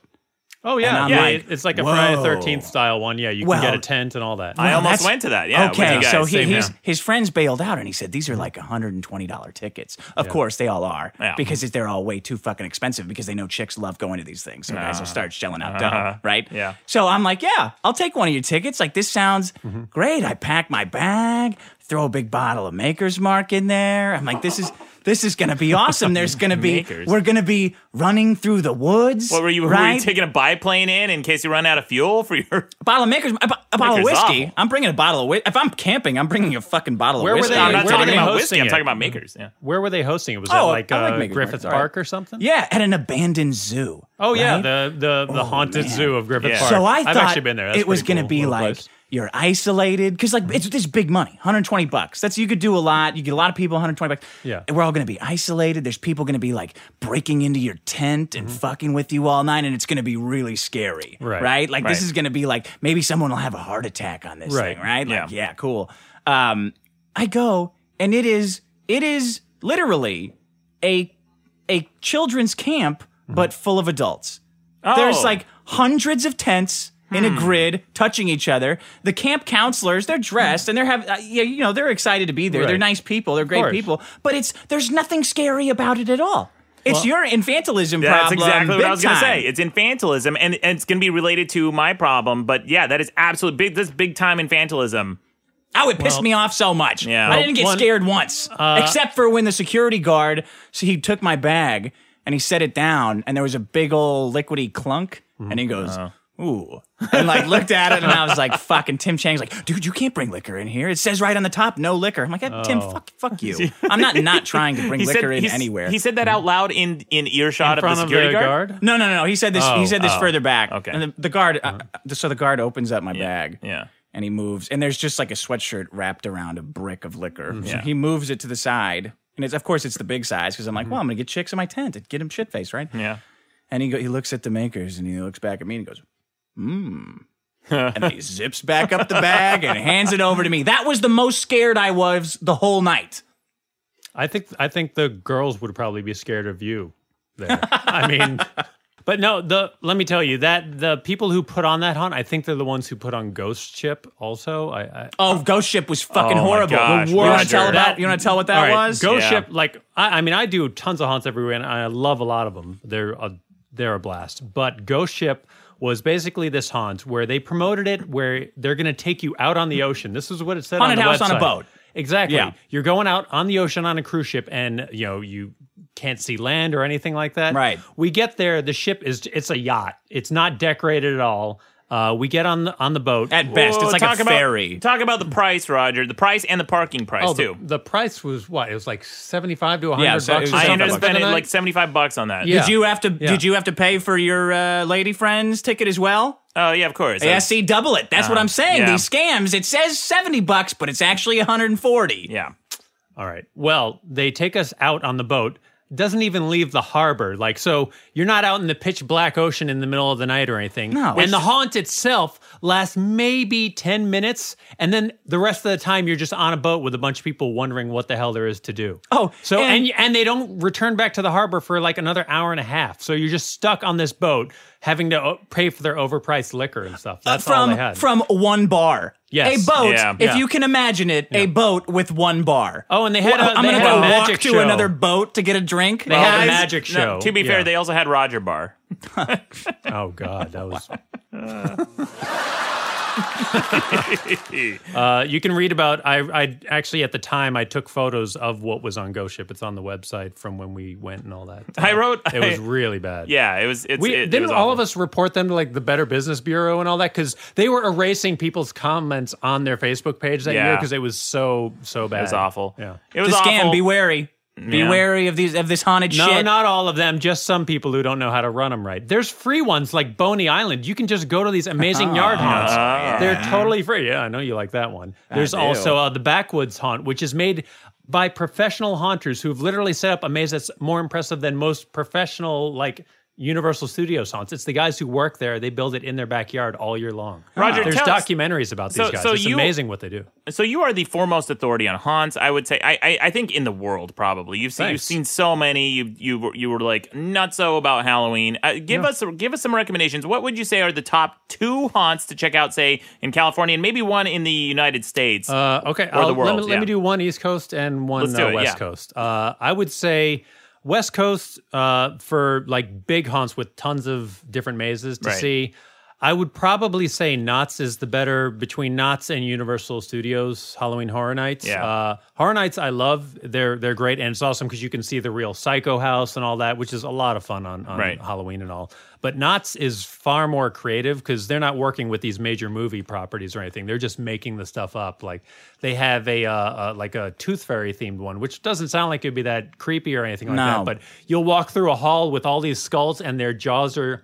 Oh yeah,
And I'm
yeah.
like,
it- it's like a
whoa.
Friday the Thirteenth style one. Yeah, you
Well-
can get a tent and all that.
Wow, that's- Okay, so he, his his friends bailed out, and he said these are like hundred and twenty dollar tickets. Of
Yeah.
course, they all are
Yeah.
because it- they're all way too fucking expensive because they know chicks love going to these things. So guys will
Uh-huh.
start shelling out
Uh-huh.
dough, right?
Yeah.
So I'm like, yeah, I'll take one of your tickets. Like this sounds great. I pack my bag, throw a big bottle of Maker's Mark in there. I'm like, this is. This is gonna be awesome. There's gonna be
(laughs) Maker's.
we're gonna be running through the woods.
What were you, were
Right?
you taking a biplane in in case you run out of fuel
(laughs)
for your
bottle of makers, a, bo- a bottle of
Maker's
whiskey.
awful.
I'm bringing a bottle of whiskey. If I'm camping, I'm bringing a fucking bottle of
Where were
whiskey.
they-
I'm not
where were
talking
they
about
hosting
whiskey. I'm
it?
talking about makers. Yeah.
Where were they hosting it? Was
Oh,
that like,
I like
uh,
Maker's Mark.
Griffith
All right.
Park or something?
Yeah, at an abandoned zoo.
Oh yeah,
right?
the the the haunted zoo of Griffith Park.
So I
have
thought
actually been there. That's
it was
pretty
going to
cool
be
little
like
place.
you're isolated because like it's this big money, 120 bucks. That's you could do a lot. You get a lot of people, 120 bucks.
Yeah.
And we're all going to be isolated. There's people going to be like breaking into your tent and fucking with you all night, and it's going to be really scary.
Mm-hmm. Right.
Like
Right.
this is going to be like maybe someone will have a heart attack on this
Right.
thing. Right. Like yeah. cool. Um, I go and it is it is literally a a children's camp but
Mm-hmm.
full of adults. There's
Oh.
like hundreds of tents in a
Hmm.
grid touching each other. The camp counselors, they're dressed and they're have uh, yeah, you know, they're excited to be there. They're
Right.
nice people, they're great
course.
people, but it's there's nothing scary about it at all. It's
Well-
your infantilism
That's
problem.
exactly what
big
I was going to
time.
say. It's infantilism, and, and it's going to be related to my problem. But yeah, that is absolute big. That's big time infantilism.
Oh, it pissed
Well-
me off so much.
Yeah.
I didn't get
One-
scared once,
Uh,
except for when the security guard so he took my bag and he set it down, and there was a big old liquidy clunk,
Mm-hmm.
and he goes,
Uh-huh.
"Ooh," and like looked at it, and I was like, "Fucking Tim Chang's like, dude, you can't bring liquor in here. It says right on the top, no liquor." I'm like, "Tim,
Oh.
fuck,
(laughs)
fuck you. I'm not not trying to bring
He
liquor
said-
in
he's-
anywhere."
He said that out loud in in earshot
front
of the
of
security
the
guard?
No, no, no. He said this.
Oh,
he said this
oh. Uh-huh.
further back. Okay. And the, the guard. uh, uh, so the guard opens up my bag. Yeah. And he moves, and there's just like a sweatshirt wrapped around a brick of liquor.
Mm-hmm.
So
Yeah.
he moves it to the side, and it's of course it's the big size because I'm
Mm-hmm.
like, well, I'm gonna get chicks in my tent and get him shit face, right?
Yeah.
And he go, he looks at the makers, and he looks back at me, and he goes,
(laughs)
hmm. and then he zips back up the bag and hands it over to me. That was the most scared I was the whole night.
I think I think the girls would probably be scared of you. There,
(laughs)
I mean, but no. The let me tell you that the people who put on that hunt, I think they're the ones who put on Ghost Ship. Also, I, I
Oh, Ghost Ship was fucking
Oh my
horrible.
gosh,
you want
for
to tell
sure.
about? You want to tell what that
All right,
was?
Ghost Ship, like I, I mean, I do tons of haunts everywhere, and I love a lot of them. They're a, they're a blast. But Ghost Ship was basically this haunt where they promoted it, where they're going to take you out on the ocean. This is what it said.
Haunted
on the
house on a
website.
boat.
Exactly.
Yeah.
You're going out on the ocean on a cruise ship, and you know you can't see land or anything like that. Right. We get there. The ship is it's a yacht. It's not decorated at all. Uh, we get on the on the boat. At
Whoa, talk about- talk about the price, Roger. The price and the parking price
oh,
too.
The, the price was what? It was like seventy-five to hundred
yeah,
bucks.
so
or
I
something
ended up
for the
spending
night?
like seventy five bucks on that.
Yeah.
Did you have to?
Yeah.
Did you have to pay for your uh, lady friend's ticket as well?
Oh yeah, of course.
Yeah, see, double it. That's what
Uh-huh.
I'm saying.
Yeah.
These scams. It says seventy bucks, but it's actually 140.
Yeah.
All right. Well, they take us out on the boat. Doesn't even leave the harbor. Like, so you're not out in the pitch black ocean in the middle of the night or anything.
No.
And the haunt itself lasts maybe 10 minutes. And then the rest of the time, you're just on a boat with a bunch of people wondering what the hell there is to do.
Oh,
So,
and-
and, and, they don't return back to the harbor for like another hour and a half. So you're just stuck on this boat having to o- pay for their overpriced liquor and stuff. That's all
from
they had.
from one bar. A boat, if you can imagine it, a boat with one bar.
Oh, and they had a-
I'm
they
gonna
had
go
a
walk
magic
to
show.
another boat to get a drink.
They had- no, to be fair, they also had Roger Bar.
oh God, that
(laughs)
was. (laughs)
That's
Uh, you can read about. I, I actually at the time I took photos of what was on Ghost Ship. It's on the website from when we went and all that.
(laughs) I wrote-
It was really bad.
Yeah, it was. It's,
we
it, it
didn't
was
all
awful.
of us report them to like the Better Business Bureau and all that because they were erasing people's comments on their Facebook page that
Yeah.
year because it was so so bad.
was awful.
Yeah,
It was
It's a scam.
awful.
Be wary. Be
Yeah.
wary of these of this haunted
No,
shit.
not all of them. Just some people who don't know how to run them right. There's free ones like Boney Island. You can just go to these
Oh,
amazing yard haunts.
yeah.
They're totally free. Yeah, I know you like that one.
I
There's
do.
also uh, the Backwoods Haunt, which is made by professional haunters who've literally set up a maze that's more impressive than most professional like Universal Studios haunts. It's the guys who work there. They build it in their backyard all year long.
Roger,
there's
tell us-
documentaries about these
So-
guys.
so
it's
you-
amazing what they do.
So you are the foremost authority on haunts. I would say. I I, I think in the world probably you've seen
Thanks.
you've seen so many. You you were- you were like nutso about Halloween. Uh, give us give us some recommendations. What would you say are the top two haunts to check out? Say in California and maybe one in the United States.
Uh, okay,
or
I'll-
the world.
Let me, let
yeah.
me do one East Coast and one
Let's do
uh,
it,
West
yeah.
Coast. Uh, I would say West Coast uh, for like big haunts with tons of different mazes to
Right.
see. I would probably say Knott's is the better between Knott's and Universal Studios Halloween Horror Nights.
Yeah.
Uh, Horror Nights I love. They're they're great and it's awesome because you can see the real Psycho House and all that, which is a lot of fun on, on
Right.
Halloween and all. But Knott's is far more creative because they're not working with these major movie properties or anything. They're just making the stuff up. Like they have a uh, uh, like a tooth fairy themed one, which doesn't sound like it'd be that creepy or anything like
No.
that. But you'll walk through a hall with all these skulls and their jaws are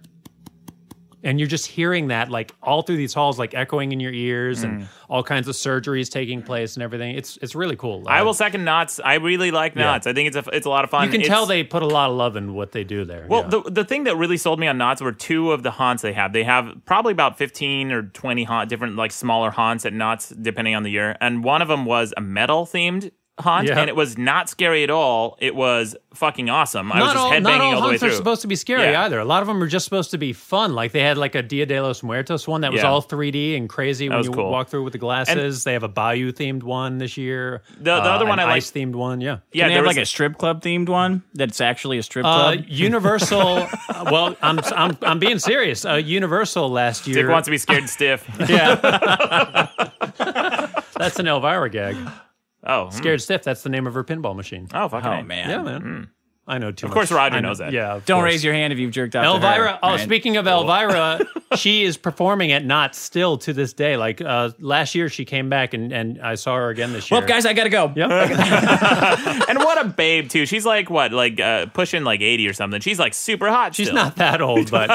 and you're just hearing that like all through these halls like echoing in your ears
Mm.
and all kinds of surgeries taking place and everything it's it's really cool
I
Uh,
will second Knots. I really like
Yeah.
Knots. I think it's a it's a lot of fun.
you can
It's-
tell they put a lot of love in what they do there
Well, the the thing that really sold me on Knots were two of the haunts they have. They have probably about fifteen or twenty haunt, different like smaller haunts at Knots, depending on the year. And one of them was a metal themed haunt,
Yeah.
and it was not scary at all. It was fucking awesome. I was
not
just
all,
headbanging
not all
all the way
hunts are
through.
supposed to be scary
Yeah.
either. A lot of them are just supposed to be fun. Like they had like a Dia de los Muertos one that was
Yeah.
all 3D and crazy
That
when
was
you
cool.
walk through with the glasses. they have a bayou themed one this year.
The- the other one I like-
ice themed one. Yeah,
Yeah, they have like a strip club themed one that's actually a strip
Uh,
club.
(laughs)
Universal. uh, well, I'm I'm I'm being serious. Uh, Universal last year.
Dick wants to
(laughs)
be scared stiff.
That's an Elvira gag.
Oh,
scared stiff. That's the name of her pinball machine.
Oh, fucking
Oh,
A.
man.
Yeah, man. I know too.
Of course,
much.
Roger
I know-
knows that.
Yeah. of
Don't
course.
raise your hand if you've jerked off. to her,
Elvira. oh,
right?
speaking of Elvira, she is performing at Knott's still to this day. Like uh, last year, she came back and, and I saw her again this year.
Well, guys, I gotta go.
(laughs) and what a babe too. She's like what, like uh, pushing like eighty or something. She's like super hot.
She's
still.
not that (laughs) old, but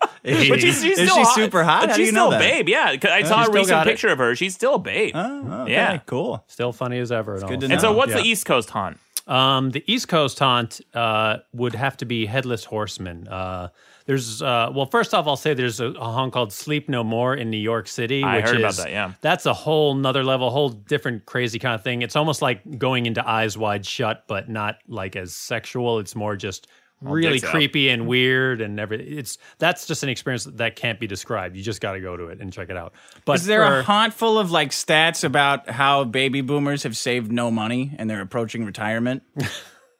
(laughs) But she's, she's
Is
still
she
hot.
super hot?
But
How do
she's
you know
still a
that?
babe. Yeah, 'cause I
Huh?
saw
She's
a
still
recent
got it.
picture of her. She's still a babe.
Oh, okay,
Yeah.
cool.
still funny as ever.
good to
And so,
know.
what's
Yeah.
the East Coast haunt?
Um, the East Coast haunt uh, would have to be Headless Horseman. Uh, there's uh, well, first off, I'll say there's a, a haunt called Sleep No More in New York City.
I
which
heard about
is-
that, yeah.
that's a whole nother level, whole different crazy kind of thing. It's almost like going into Eyes Wide Shut, but not like as sexual. It's more just
All
really
dicks out.
creepy and weird and everything. It's that's just an experience that can't be described. You just got to go to it and check it out. But
Is there
(laughs) for-
a haunt full of like stats about how baby boomers have saved no money and they're approaching retirement?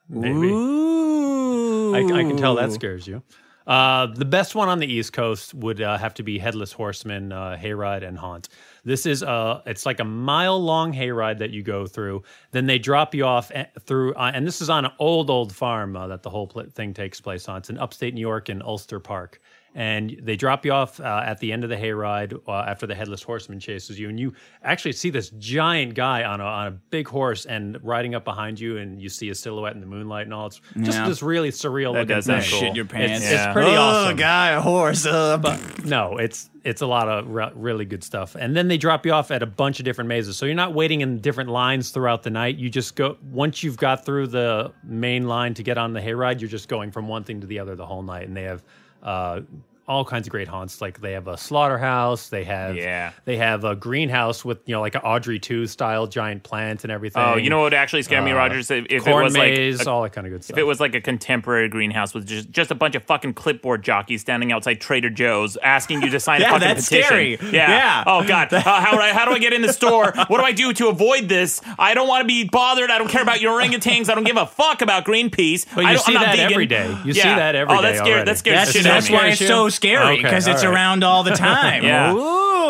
Maybe.
Ooh.
I, I can tell that scares you. Uh, the best one on the East Coast would uh, have to be Headless Horseman, uh, Hayride, and Haunt. This is uh, it's like a mile long hayride that you go through. Then they drop you off a- through, uh, and this is on an old old farm uh, that the whole pl- thing takes place on. It's in upstate New York in Ulster Park, and they drop you off uh, at the end of the hayride uh, after the Headless Horseman chases you, and you actually see this giant guy on a on a big horse and riding up behind you, and you see a silhouette in the moonlight and all. It's just
Yeah.
this really surreal
That
looking
does sound
thing.
cool. Shit your
It's-
pants.
It's,
Yeah.
pretty
Ugh,
awesome.
Oh, guy, a horse. Uh, but
No, it's it's a lot of re- really good stuff. And then they drop you off at a bunch of different mazes, so you're not waiting in different lines throughout the night. You just go once you've got through the main line to get on the hayride. You're just going from one thing to the other the whole night, and they have. Uh, all kinds of great haunts. Like they have a slaughterhouse. They have yeah. They have a greenhouse with you know like an Audrey two style giant plant and everything.
Oh, you know what would actually scare me,
Uh,
Rogers? If, if it
corn
was
maze,
like a-
all that kind of good stuff.
If it was like a contemporary greenhouse with just, just a bunch of fucking clipboard jockeys standing outside Trader Joe's asking you to
(laughs)
sign
Yeah,
a fucking
that's
petition.
scary.
Yeah.
Yeah.
Oh god. Uh, how do I how do I get in the store? What do I do to avoid this? I don't want to be bothered. I don't care about your orangutans. I don't give a fuck about Greenpeace.
But
I
you
don't,
see
I'm not
that
vegan.
every day. You see
Yeah.
that every
Oh, that's
day
scared.
already.
That scares
That's-
shit
that's
out of me.
why it's so scary,
Okay,
'cause it's
all
around all the time.
yeah.
Ooh.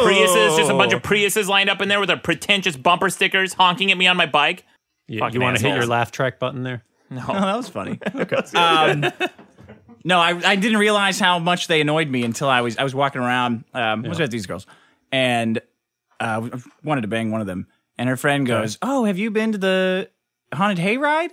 Priuses, just a bunch
Oh.
of Priuses lined up in there with their pretentious bumper stickers honking at me on my bike.
You,
Fucking
want to hit your
assholes.
laugh track button there?
No.
Oh, (laughs) that was
(laughs)
funny. um, no, I, I didn't realize how much they annoyed me until I was I was walking around. Um, I was with these girls, and uh, I wanted to bang one of them. And her friend goes, "Oh, have you been to the haunted hayride?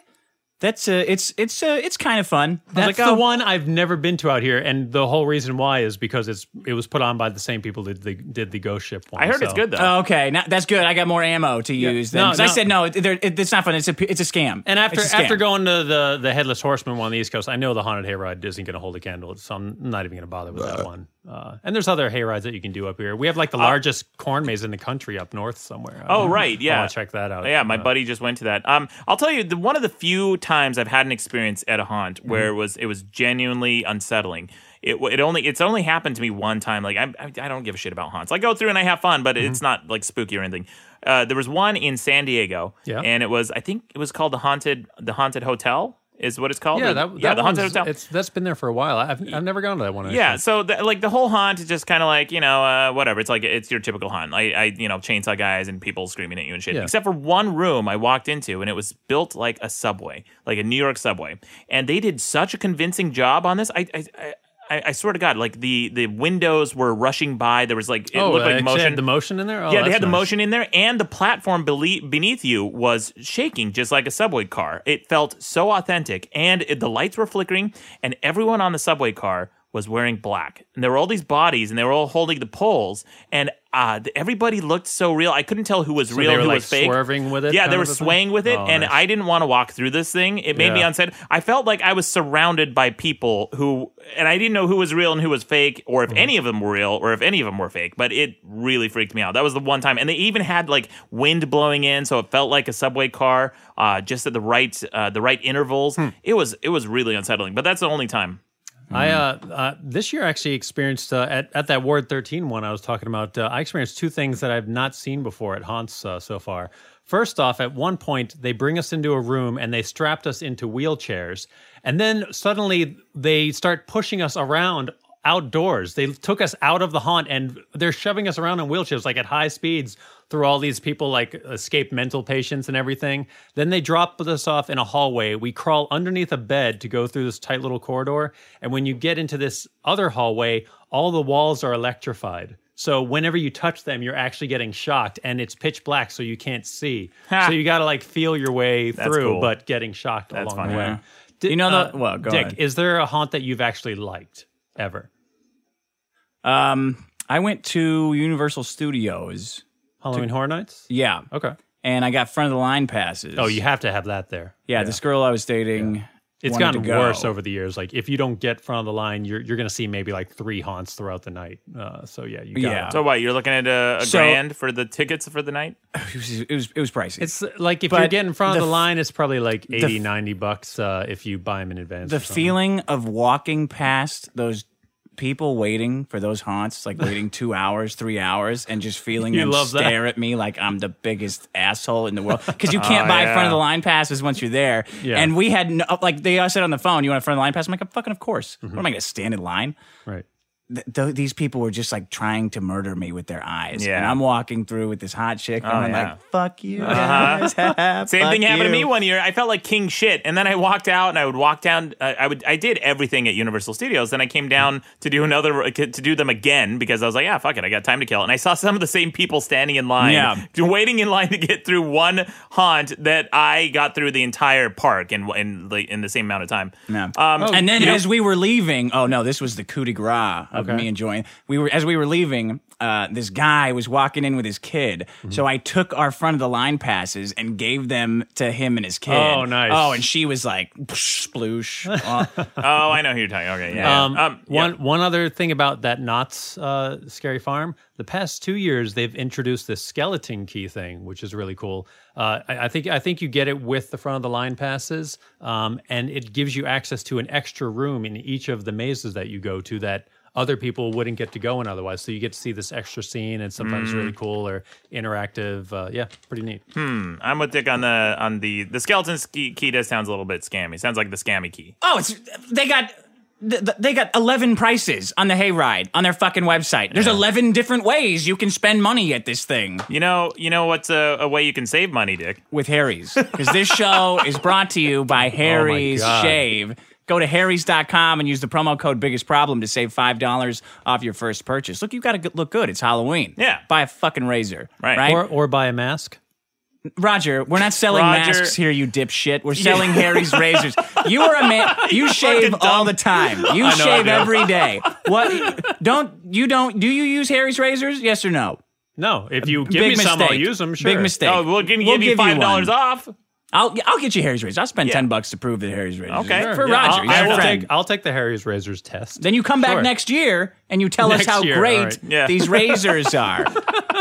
That's uh, it's it's uh, it's kind of fun." I was
That's
like,
the
"Oh."
one I've never been to out here, and the whole reason why is because it's it was put on by the same people that did the, did the ghost ship one. so-
Oh, okay, now, that's good. I got more ammo to use.
No,
Then 'cause I
no.
said no. It, they're- it, it's not fun. It's a it's a scam.
And after
It's a scam.
after going to the the headless horseman one on the East Coast, I know the haunted hayride isn't going to hold a candle, so I'm not even going to bother with that one. Uh, and there's other hayrides that you can do up here. We have like the largest corn maze in the country up north somewhere. I
Uh, Oh
wanna-
right, yeah.
I want to check that out.
Yeah, my buddy just went to that. Um, I'll tell you, the, one of the few times I've had an experience at a haunt
Mm-hmm.
where it was it was genuinely unsettling. It, w- it only it's only happened to me one time. Like I'm- I I don't give a shit about haunts. I go through and I have fun, but
Mm-hmm.
it's not like spooky or anything. Uh, there was one in San Diego,
Yeah.
and it was I think it was called the haunted the haunted hotel is what it's called.
yeah,
Like,
that,
yeah,
that
the haunted
one's-
hotel.
It's that's been there for a while. I've I've never gone to that one.
Yeah, so the, like the whole haunt is just kind of like you know uh, whatever. It's like it's your typical haunt. I, I you know chainsaw guys and people screaming at you and shit.
Yeah.
Except for one room I walked into and it was built like a subway, like a New York subway, and they did such a convincing job on this. I. I, I I, I swear to God, like the the windows were rushing by. There was like it
oh,
looked like
they actually
motion
had the motion in there. Oh,
yeah, they
that's
had the
nice.
motion in there, and the platform bele- beneath you was shaking just like a subway car. It felt so authentic, and it, the lights were flickering, and everyone on the subway car was wearing black. And there were all these bodies, and they were all holding the poles, and uh, th- everybody looked so real. I couldn't tell who was
So
real,
they were
who
like
was fake.
swerving with it.
yeah,
kind
they
of
were
a thing?
swaying with it,
Oh,
and
nice.
I didn't want to walk through this thing. It made me
Yeah.
unsaid. I felt like I was surrounded by people who, and I didn't know who was real and who was fake, or
Mm-hmm.
if any of them were real, or if any of them were fake. But it really freaked me out. That was the one time, and they even had like wind blowing in, so it felt like a subway car, uh, just at the right, uh, the right intervals.
Hmm.
It was, it was really unsettling. But that's the only time.
I uh, uh, this year actually experienced uh, at at that Ward 13 one I was talking about. Uh, I experienced two things that I've not seen before at haunts uh, so far. First off, at one point they bring us into a room and they strapped us into wheelchairs, and then suddenly they start pushing us around outdoors. They took us out of the haunt and they're shoving us around in wheelchairs like at high speeds through all these people like escape mental patients and everything. Then they drop us off in a hallway. We crawl underneath a bed to go through this tight little corridor. And when you get into this other hallway, all the walls are electrified. So whenever you touch them, you're actually getting shocked and it's pitch black so you can't see.
Ha.
so you got to like feel your way
That's
through
cool.
but getting shocked
That's
along
funny.
the way.
Yeah.
Di- uh,
You know the- well, go
Dick,
ahead.
is there a haunt that you've actually liked ever?
Um, I went to Universal Studios.
Halloween Horror Nights?
Yeah.
Okay.
And I got front of the line passes.
Oh, you have to have that there.
Yeah, this girl I was dating.
It's
wanted
gotten
to go.
worse over the years. Like if you don't get front of the line, you're you're gonna see maybe like three haunts throughout the night. Uh, so yeah, you got
So what? You're looking at a, a
So-
grand for the tickets for the night?
It was, it was, it was pricey.
It's like if
But
you're getting in front of
the f-
the line, it's probably like
the
80,
f-
90 bucks uh, if you buy them in advance.
The
or something.
feeling of walking past those people waiting for those haunts, (laughs) like waiting two hours, three hours, and just feeling
You
them
love that?
stare at me like I'm the biggest asshole in the world because you (laughs) can't
Oh,
buy
yeah.
front of the line passes once you're there.
Yeah.
And we had no, like they all said on the phone, "You want a front of the line pass?" I'm like, "Oh, "Fucking of course." What am I going to stand in line?
Right.
Th- th- these people were just like trying to murder me with their eyes.
Yeah.
And I'm walking through with this hot chick. and
Oh,
I'm
yeah.
like, fuck you.
Uh-huh.
guys. (laughs) Fuck
Same thing happened to me
you.
one year. I felt like king shit, and then I walked out, and I would walk down. Uh, I would, I did everything at Universal Studios. Then I came down to do another, uh, to do them again because I was like, yeah, fuck it, I got time to kill. And I saw some of the same people standing in line,
Yeah.
waiting in line to get through one haunt that I got through the entire park in in, like, in the same amount of time.
No.
Um,
and then
you know-
as we were leaving, oh no, this oh, was the coup de grace of
Okay.
me enjoying. We were as we were leaving, uh, this guy was walking in with his kid,
Mm-hmm.
so I took our front of the line passes and gave them to him and his kid.
Oh, nice.
Oh, and she was like, "Psh,
(laughs)
sploosh. Uh,
oh, I know who you're talking. Okay, yeah.
Um,
yeah. Um,
one one other thing about that Knott's uh, Scary Farm. The past two years, they've introduced this skeleton key thing, which is really cool. Uh, I, I think I think you get it with the front of the line passes, um, and it gives you access to an extra room in each of the mazes that you go to that other people wouldn't get to go in otherwise. So you get to see this extra scene, and sometimes
Mm.
really cool or interactive. Uh, yeah, pretty neat.
Hmm. I'm with Dick on the on the the skeleton key, key does sounds a little bit scammy. Sounds like the scammy key.
oh, it's they got th- th- they got 11 prices on the hayride on their fucking website. There's 11 different ways you can spend money at this thing.
You know, you know what's a, a way you can save money, Dick?
With Harry's. Because this show is brought to you by Harry's
God.
Shave. Go to harrys.com and use the promo code biggest problem to save $5 off your first purchase. Look, you got to look good. It's Halloween. Yeah. Buy a fucking razor. Right.
Or or buy a mask.
Roger, we're not selling
Roger.
masks here, you dipshit. We're selling
Yeah.
Harry's razors.
(laughs)
You are a man. You
You're
shave
fucking
all the
dumb.
time. You
I know I
shave
do.
every day. What? Don't you don't? Do you use Harry's razors? Yes or no?
No. If you give me some, I'll use 'em, sure.
Big Uh, mistake.
Oh, we'll give- give you
one.
$5
off.
I'll I'll get you Harry's razors. I'll spend ten bucks to prove that Harry's razors.
Okay.
are-
Sure.
for
Yeah,
Roger,
I'll-
he's
I
our
will
friend.
take- I'll take the Harry's razors test.
Then you come back
Sure.
next year and you tell us
Next
how
year,
great
all right. Yeah.
these razors
(laughs)
are.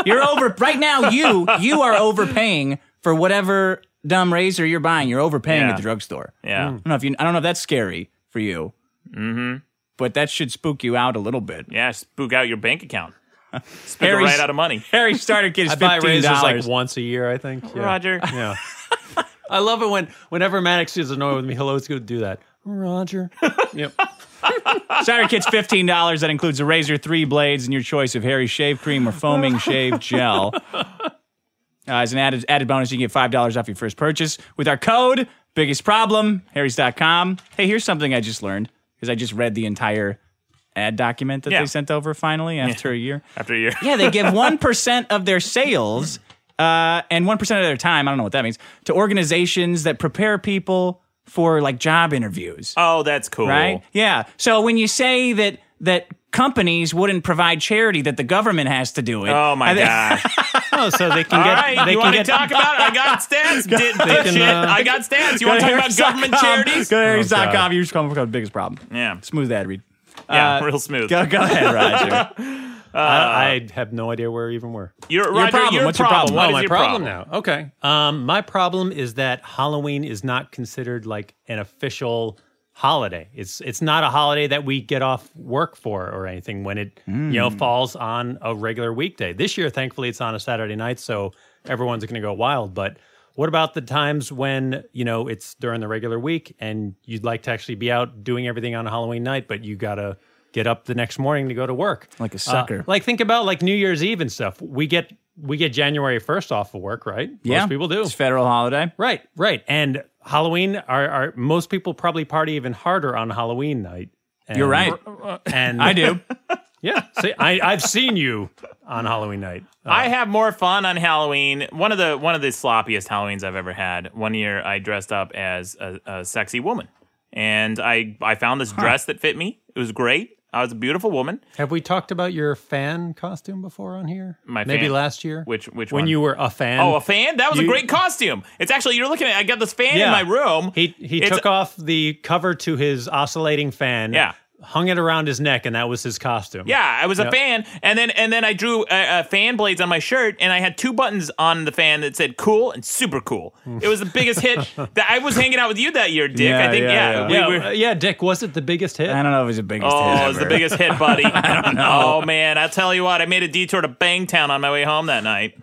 You're over right now. You you are overpaying for whatever dumb razor you're buying. You're overpaying
Yeah.
at the drugstore.
Yeah.
I don't know if you. I don't know if that's scary for you. Mm-hmm. But that should spook you out a little bit.
Yeah, spook out your
(laughs)
bank account. Spook it
Harry's-
right out of money.
Harry starter kit is
(laughs) I buy
fifteen
razors like
dollars.
once a year, I think. Yeah.
Roger. (laughs)
Yeah. I love it when whenever Maddox is annoyed with me, he'll always go do that.
(laughs)
Roger. Yep.
starter kit's fifteen dollars. That includes a razor, three blades, and your choice of Harry's shave cream or foaming shave gel. Uh, as an added added bonus, you can get five dollars off your first purchase with our code biggest problem harrys.com. Hey, here's something I just learned because I just read the entire ad document that they sent over finally after a year.
After a year,
yeah, they give one percent of their sales uh, and one percent of their time. I don't know what that means to organizations that prepare people for like job interviews.
Oh, that's cool.
Right? Yeah. So when you say that that companies wouldn't provide charity, that the government has to do it.
Oh my
I
god. (laughs)
think-
oh, so they
All right, you want to talk about it? I got stats.
Go- (laughs)
Did,
they can,
shit.
uh,
I got stats.
(laughs)
You
Go
want
to
to talk about government
harrys.com.
charities?
Go to
Oh,
harrys.com. You just call them the biggest problem.
Yeah.
Smooth that, Reed.
Yeah,
Uh,
real smooth.
Go, go ahead, Roger.
I, I have no idea where even were.
Your- Your Roger, problem. your What's your problem? problem? What
Oh,
is
my
your
problem,
problem?
now. Okay. Um, my problem is that Halloween is not considered like an official holiday. It's it's not a holiday that we get off work for or anything when it you know
Hmm.
Mm.
falls on a regular weekday. This year, thankfully, it's on a Saturday night, so everyone's going to go wild. But what about the times when you know it's during the regular week and you'd like to actually be out doing everything on Halloween night, but you gotta get up the next morning to go to work
Like a
Uh,
sucker.
like think about like New Year's Eve and stuff. We get we get January first off of work, right?
Yeah.
most people do. It's
federal holiday,
right? Right, and Halloween are, are most people probably party even harder on Halloween night. And,
You're
(laughs)
right.
and
I do.
(laughs) yeah, see, I, I've seen you on Halloween night.
I have more fun on Halloween. One of the one of the sloppiest Halloweens I've ever had. One year I dressed up as a, a sexy woman, and I I found this dress that fit me. It was great. I was a beautiful woman.
Have we talked about your fan costume before on here?
My
maybe
fan-
last year.
Which which
when
one?
you were a fan?
Oh, a fan? That was a
You-
great costume. It's actually you're looking at. I got this fan
Yeah.
in my room.
He he
It's-
took off the cover to his oscillating fan. Yeah. Hung it around his neck, and that was his costume.
Yeah, I was a
Yep.
fan, and then and then I drew uh, uh, fan blades on my shirt, and I had two buttons on the fan that said "cool" and "super cool." It was the biggest
(laughs)
hit that I was hanging out with you that year, Dick. I think yeah,
yeah.
we
uh,
were.
yeah, Dick, was it the biggest hit? I
don't know if it was the biggest
Oh, it was the biggest hit, buddy. (laughs) I don't know. Oh man, I tell you what, I made a detour to Bangtown on my way home that night.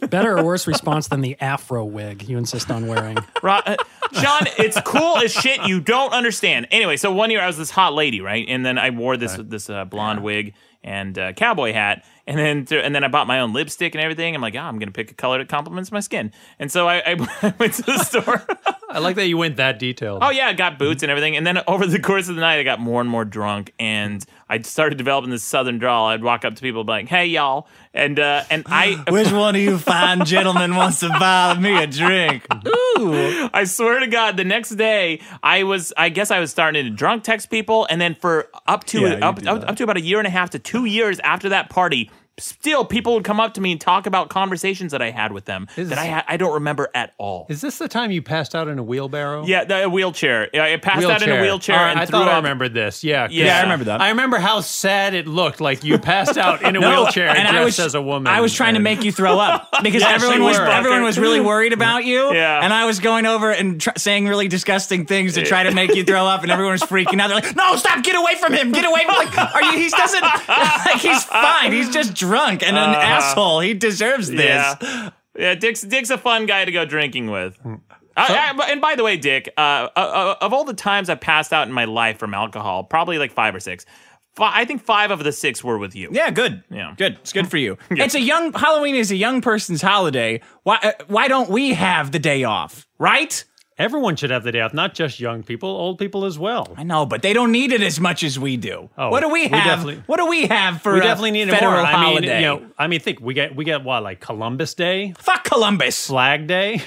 Better or worse response than the afro wig you insist on wearing.
Ro- uh, Sean, it's cool as shit. You don't understand. Anyway, so one year I was this hot lady, right? And then I wore this this uh, blonde wig and uh, cowboy hat, and then th- and then I bought my own (laughs) lipstick and everything. I'm like, ah, I'm gonna pick a color that complements my skin. And so I, I went to the store.
I like that you went that detailed.
Oh yeah, I got boots and everything. And then (laughs) over the course of the night, I got more and more drunk, and I started developing this southern drawl. I'd walk up to people, and be like, "Hey, y'all," and uh, and
(gasps)
I. (laughs)
Which one of you fine gentlemen wants to buy me a drink?
Ooh. I swear to God, the next day I was I guess I was starting to drunk text people and then for up to
Yeah, you
up,
do
up, up to about a year and a half to 2 years after that party Still, people would come up to me and talk about conversations that I had with them that I ha- I don't remember at all.
Is this the time you passed out in a wheelbarrow?
Yeah, the a wheelchair. Yeah, I passed out in a wheelchair
All right,
and
I
threw
thought I
up.
remembered this. Yeah, 'cause-
Yeah, I remember that.
I remember how sad it looked. Like you passed
(laughs)
out in a
No,
wheelchair
and I
dressed
was-
as a woman.
I was trying to make you throw
(laughs)
up because
Yes,
everyone
you
was
were.
everyone was really worried about you.
Yeah.
And I was going over and tr- saying really disgusting things to try to make you throw up, and everyone was freaking out. They're like, "No, stop! Get away from him! Get away from like, are you? He doesn't (laughs) like he's fine. He's just drunk and an
Uh-huh.
Uh,
asshole. He deserves this."
Yeah, yeah Dick's Dick's a fun guy to go drinking with.
Hmm.
I, I, and by the way, Dick, uh, uh, uh, of all the times I passed out in my life from alcohol, probably like five or six. Fi- I think five of the six were with you.
Yeah, good.
Yeah,
good. It's good for
(laughs)
you. It's a young Halloween is a young person's holiday. Why uh, why don't we have the day off? Right?
Everyone should have the day off, not just young people, old people as well.
I know, but they don't need it as much as we do.
Oh,
what do we
we
have?
definitely-
what do we have for
we
a
definitely need
federal
a more.
holiday?
I mean, you know, I mean, think we get we get what like Columbus Day,
fuck Columbus,
Flag Day.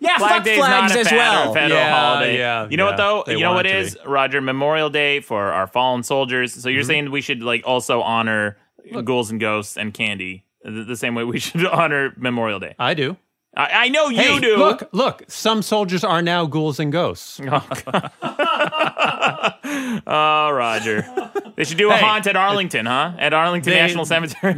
yeah,
Flag
fuck
Day is
flags
not a
as
fed-
well.
federal
Yeah,
holiday.
yeah,
you know
yeah.
what though?
They
you know
want
what
it to
is
be. Mm-hmm.
Roger Memorial Day for our fallen soldiers. So you're saying we should like also honor ghouls and ghosts and candy the, the same way we (laughs) should honor Memorial Day.
I do.
I, I know you
Hey,
do.
Look, look. Some soldiers are now ghouls
(laughs)
and ghosts.
Oh, Roger. They should do a
Hey.
haunt at Arlington, huh? At Arlington
They-
National Cemetery.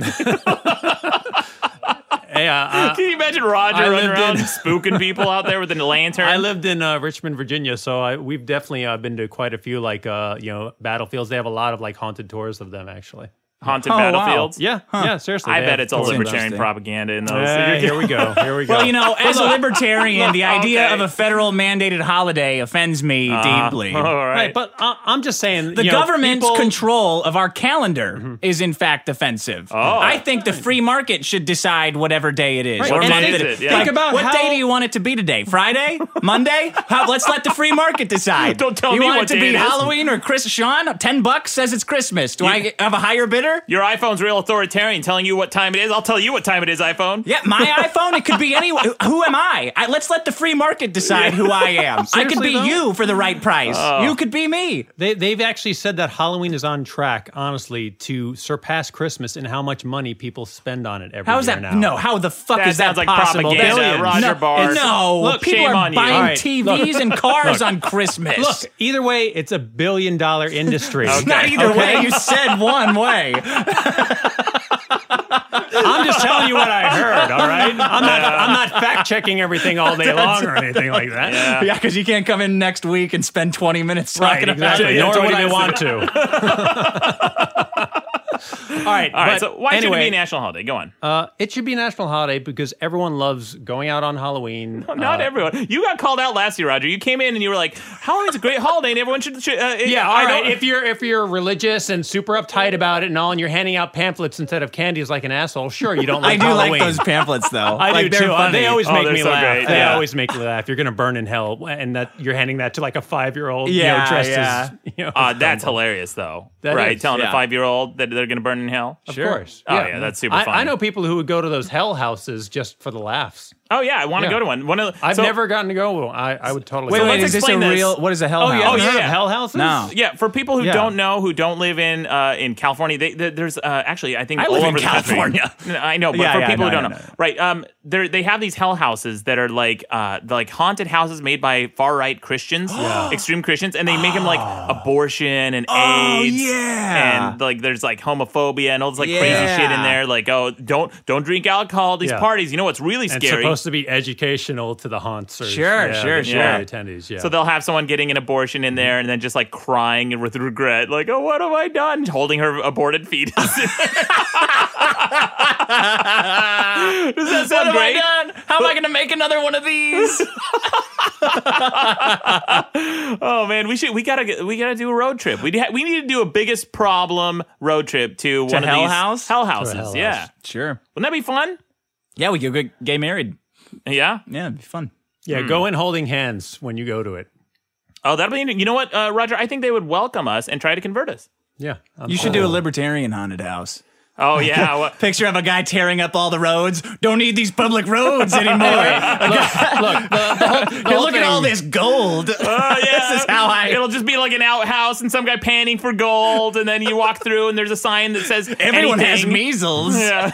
Yeah,
(laughs) Can you imagine Roger
I
running
lived
around
in-
spooking people out there with a (laughs) lantern?
I lived in uh, Richmond, Virginia, so I, we've definitely uh, been to quite a few like uh, you know battlefields. They have a lot of like haunted tours of them, actually.
Haunted Oh, wow. battlefields?
Yeah,
Huh.
yeah. Seriously,
I
they
bet
have
it's all
tours of
libertarian
those.
propaganda in those.
(laughs)
(laughs)
Yeah,
You're-
here we (laughs) go. Here we go.
Well, you know, as a
Look.
(laughs)
libertarian, the idea
Okay.
of a federal mandated holiday offends me
Uh, (laughs)
deeply.
all right. Right,
but
I'm just saying
the
you know,
government's
people- Mm-hmm.
control of our calendar is in fact
Oh.
offensive. I think the free market should decide whatever day it is.
Right, What
And
month
think-
is it? Yeah.
Think
Like,
about what
how-
day do you want it to be today?
(laughs)
Friday? Monday? How, let's let the free market decide.
Don't tell
you
me
want
what
it to
day
be
it is.
Halloween or Chris Sean? Ten bucks says it's Christmas. Do
You-
I have a higher bidder?
Your iPhone's real authoritarian, telling you what time it is. I'll tell you what time it is, iPhone.
Yeah,
(laughs)
my iPhone. It could be anyone. Who am I? I? Let's let the free market decide who I
(laughs)
am. I could
Seriously,
be
though?
you for the right price.
Oh.
You could be me.
They, they've actually said that Halloween is on track, honestly, to surpass Christmas in how much money people spend on it every
How is
year
that?
now.
No, how the fuck
That
is that
sounds like
possible?
propaganda,
Billions.
Roger
no,
Barr.
No,
Look,
people
shame
are
on you.
buying
All right,
TVs
look.
and cars
Look.
on Christmas.
Look, either way, it's a billion dollar industry.
(laughs) It's not either way. You said one
(laughs)
way.
I'm just telling you what I heard. All
(laughs)
right, I'm not. I'm not fact checking everything all day long or anything like that.
Yeah, because you can't come in next week and spend 20 minutes
Right,
talking about
exactly.
it.
Nor
That's
would
what
they
I
want
said.
to. All right,
All right.
but
So why should it be
anyway-
a national holiday? Go on.
Uh, it should be a national holiday because everyone loves going out on Halloween.
No, Not
Uh,
everyone. You got called out last year, Roger. You came in and you were like, "Halloween's a great holiday, and everyone should." should uh, it-
Yeah, all
I
right.
don't-
If you're if you're religious and super uptight about it and all, and you're handing out pamphlets instead of candies like an asshole, sure you
(laughs)
don't.
I
Like
do like
Halloween.
those pamphlets, though.
I
Like,
do
they're
too. Uh, They
funny.
always
Oh,
make
they're
me
so
laugh.
great.
They
Yeah.
always make me laugh. You're gonna burn in hell, and that you're handing that to like a five year old. you
Yeah,
know, dressed
yeah.
As, (laughs) you know,
Uh, that's hilarious, though.
That
right?
is,
Telling a
yeah.
five-year-old that they're going to burn in hell.
Of course.
Oh yeah, that's super
I,
fun.
I know people who would go to those hell houses just for the laughs.
Oh yeah, I want to
Yeah.
go to one. One of the-
I've
so-
never gotten to go. to one. I, I would totally.
Wait,
go.
wait, is this a real? What is a hell
oh,
house?
Yeah, you heard of hell houses?
Yeah, for people who
Yeah.
don't know, who don't live in uh, in California, they, they, there's uh, actually I think
I
all
live in
over the country.
California.
(laughs) No, I know, but
Yeah,
for
yeah,
people
no,
who don't
I
know,
know.
right? Um, they they have these hell houses that are like uh they're like haunted houses made by far right Christians,
(gasps) Yeah. Ah.
extreme Christians, and they make them like abortion and
Oh,
AIDS,
yeah.
and like there's like homophobia and all this like
Yeah.
crazy shit in there. Like oh, don't don't drink alcohol at these
Yeah.
parties. You know what's really
And It's
scary?
supposed to be educational to the haunts. Or,
Sure,
yeah,
sure,
the-
sure.
yeah, the attendees, yeah.
So they'll have someone getting an abortion in there and then just like crying and with regret, like, oh, what have I done? Holding her aborted fetus. (laughs) Does that
What
sound
have I
great?
done? How am I going to make another one of these?
Oh man, we should we gotta get, we gotta do a road trip. We ha- we need to do a biggest problem road trip to, one of
Hell
these
House?
hell
To a
houses.
Hell House.
yeah,
sure.
Wouldn't that be fun?
Yeah, we could get gay married.
Yeah,
yeah, it'd be fun.
Yeah, go in holding hands when you go to it.
Oh, that'll be interesting. You know what, uh, Roger? I think they would welcome us and try to convert us.
Yeah.
you should do a libertarian haunted house.
Oh yeah, (laughs) well-
picture of a guy tearing up all the roads. Don't need these public roads anymore. (laughs)
(laughs)
look,
Here, look Uh, at all this gold.
this is how I. It'll just be like an outhouse and some guy panning for gold, and then you walk through and there's a sign that says
(laughs) Everyone has
anything.
measles.
Yeah,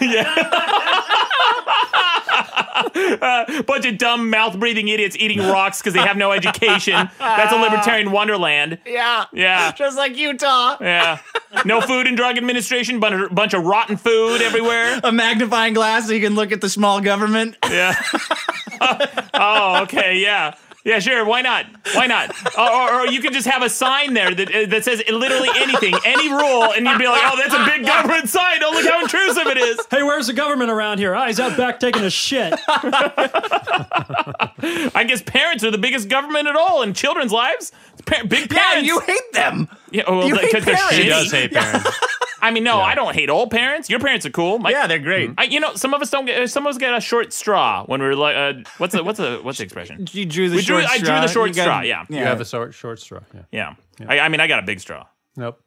yeah. uh, bunch of dumb mouth breathing idiots eating rocks because they have no education. That's a libertarian wonderland.
Yeah.
Yeah.
Just like Utah.
Yeah. No Food and Drug Administration, bunch of, bunch of rotten food everywhere.
A magnifying glass so you can look at the small government.
Yeah. oh, okay, yeah. Yeah, sure. Why not? Why not? Or, or, or you could just have a sign there that uh, that says literally anything, any rule, and you'd be like, "Oh, that's a big government sign. Oh, look how intrusive it is."
Hey, where's the government around here? Ah, he's out back taking a shit.
I guess parents are the biggest government at all in children's lives. Pa- big parents. Yeah,
you hate them.
Yeah, oh, well,
You hate
because they're
parents.
shitty.
She does hate parents.
I mean, no, I don't hate old parents. Your parents are cool. My,
yeah, they're great.
I, you know, some of us don't get. Some of us get a short straw when we we're like, uh, what's the what's the what's the expression?
You drew
We drew- I drew the short
You got-
straw, yeah.
You
Yeah.
have the short, short straw. Yeah.
Yeah, I, I mean, I got a big straw.
Nope.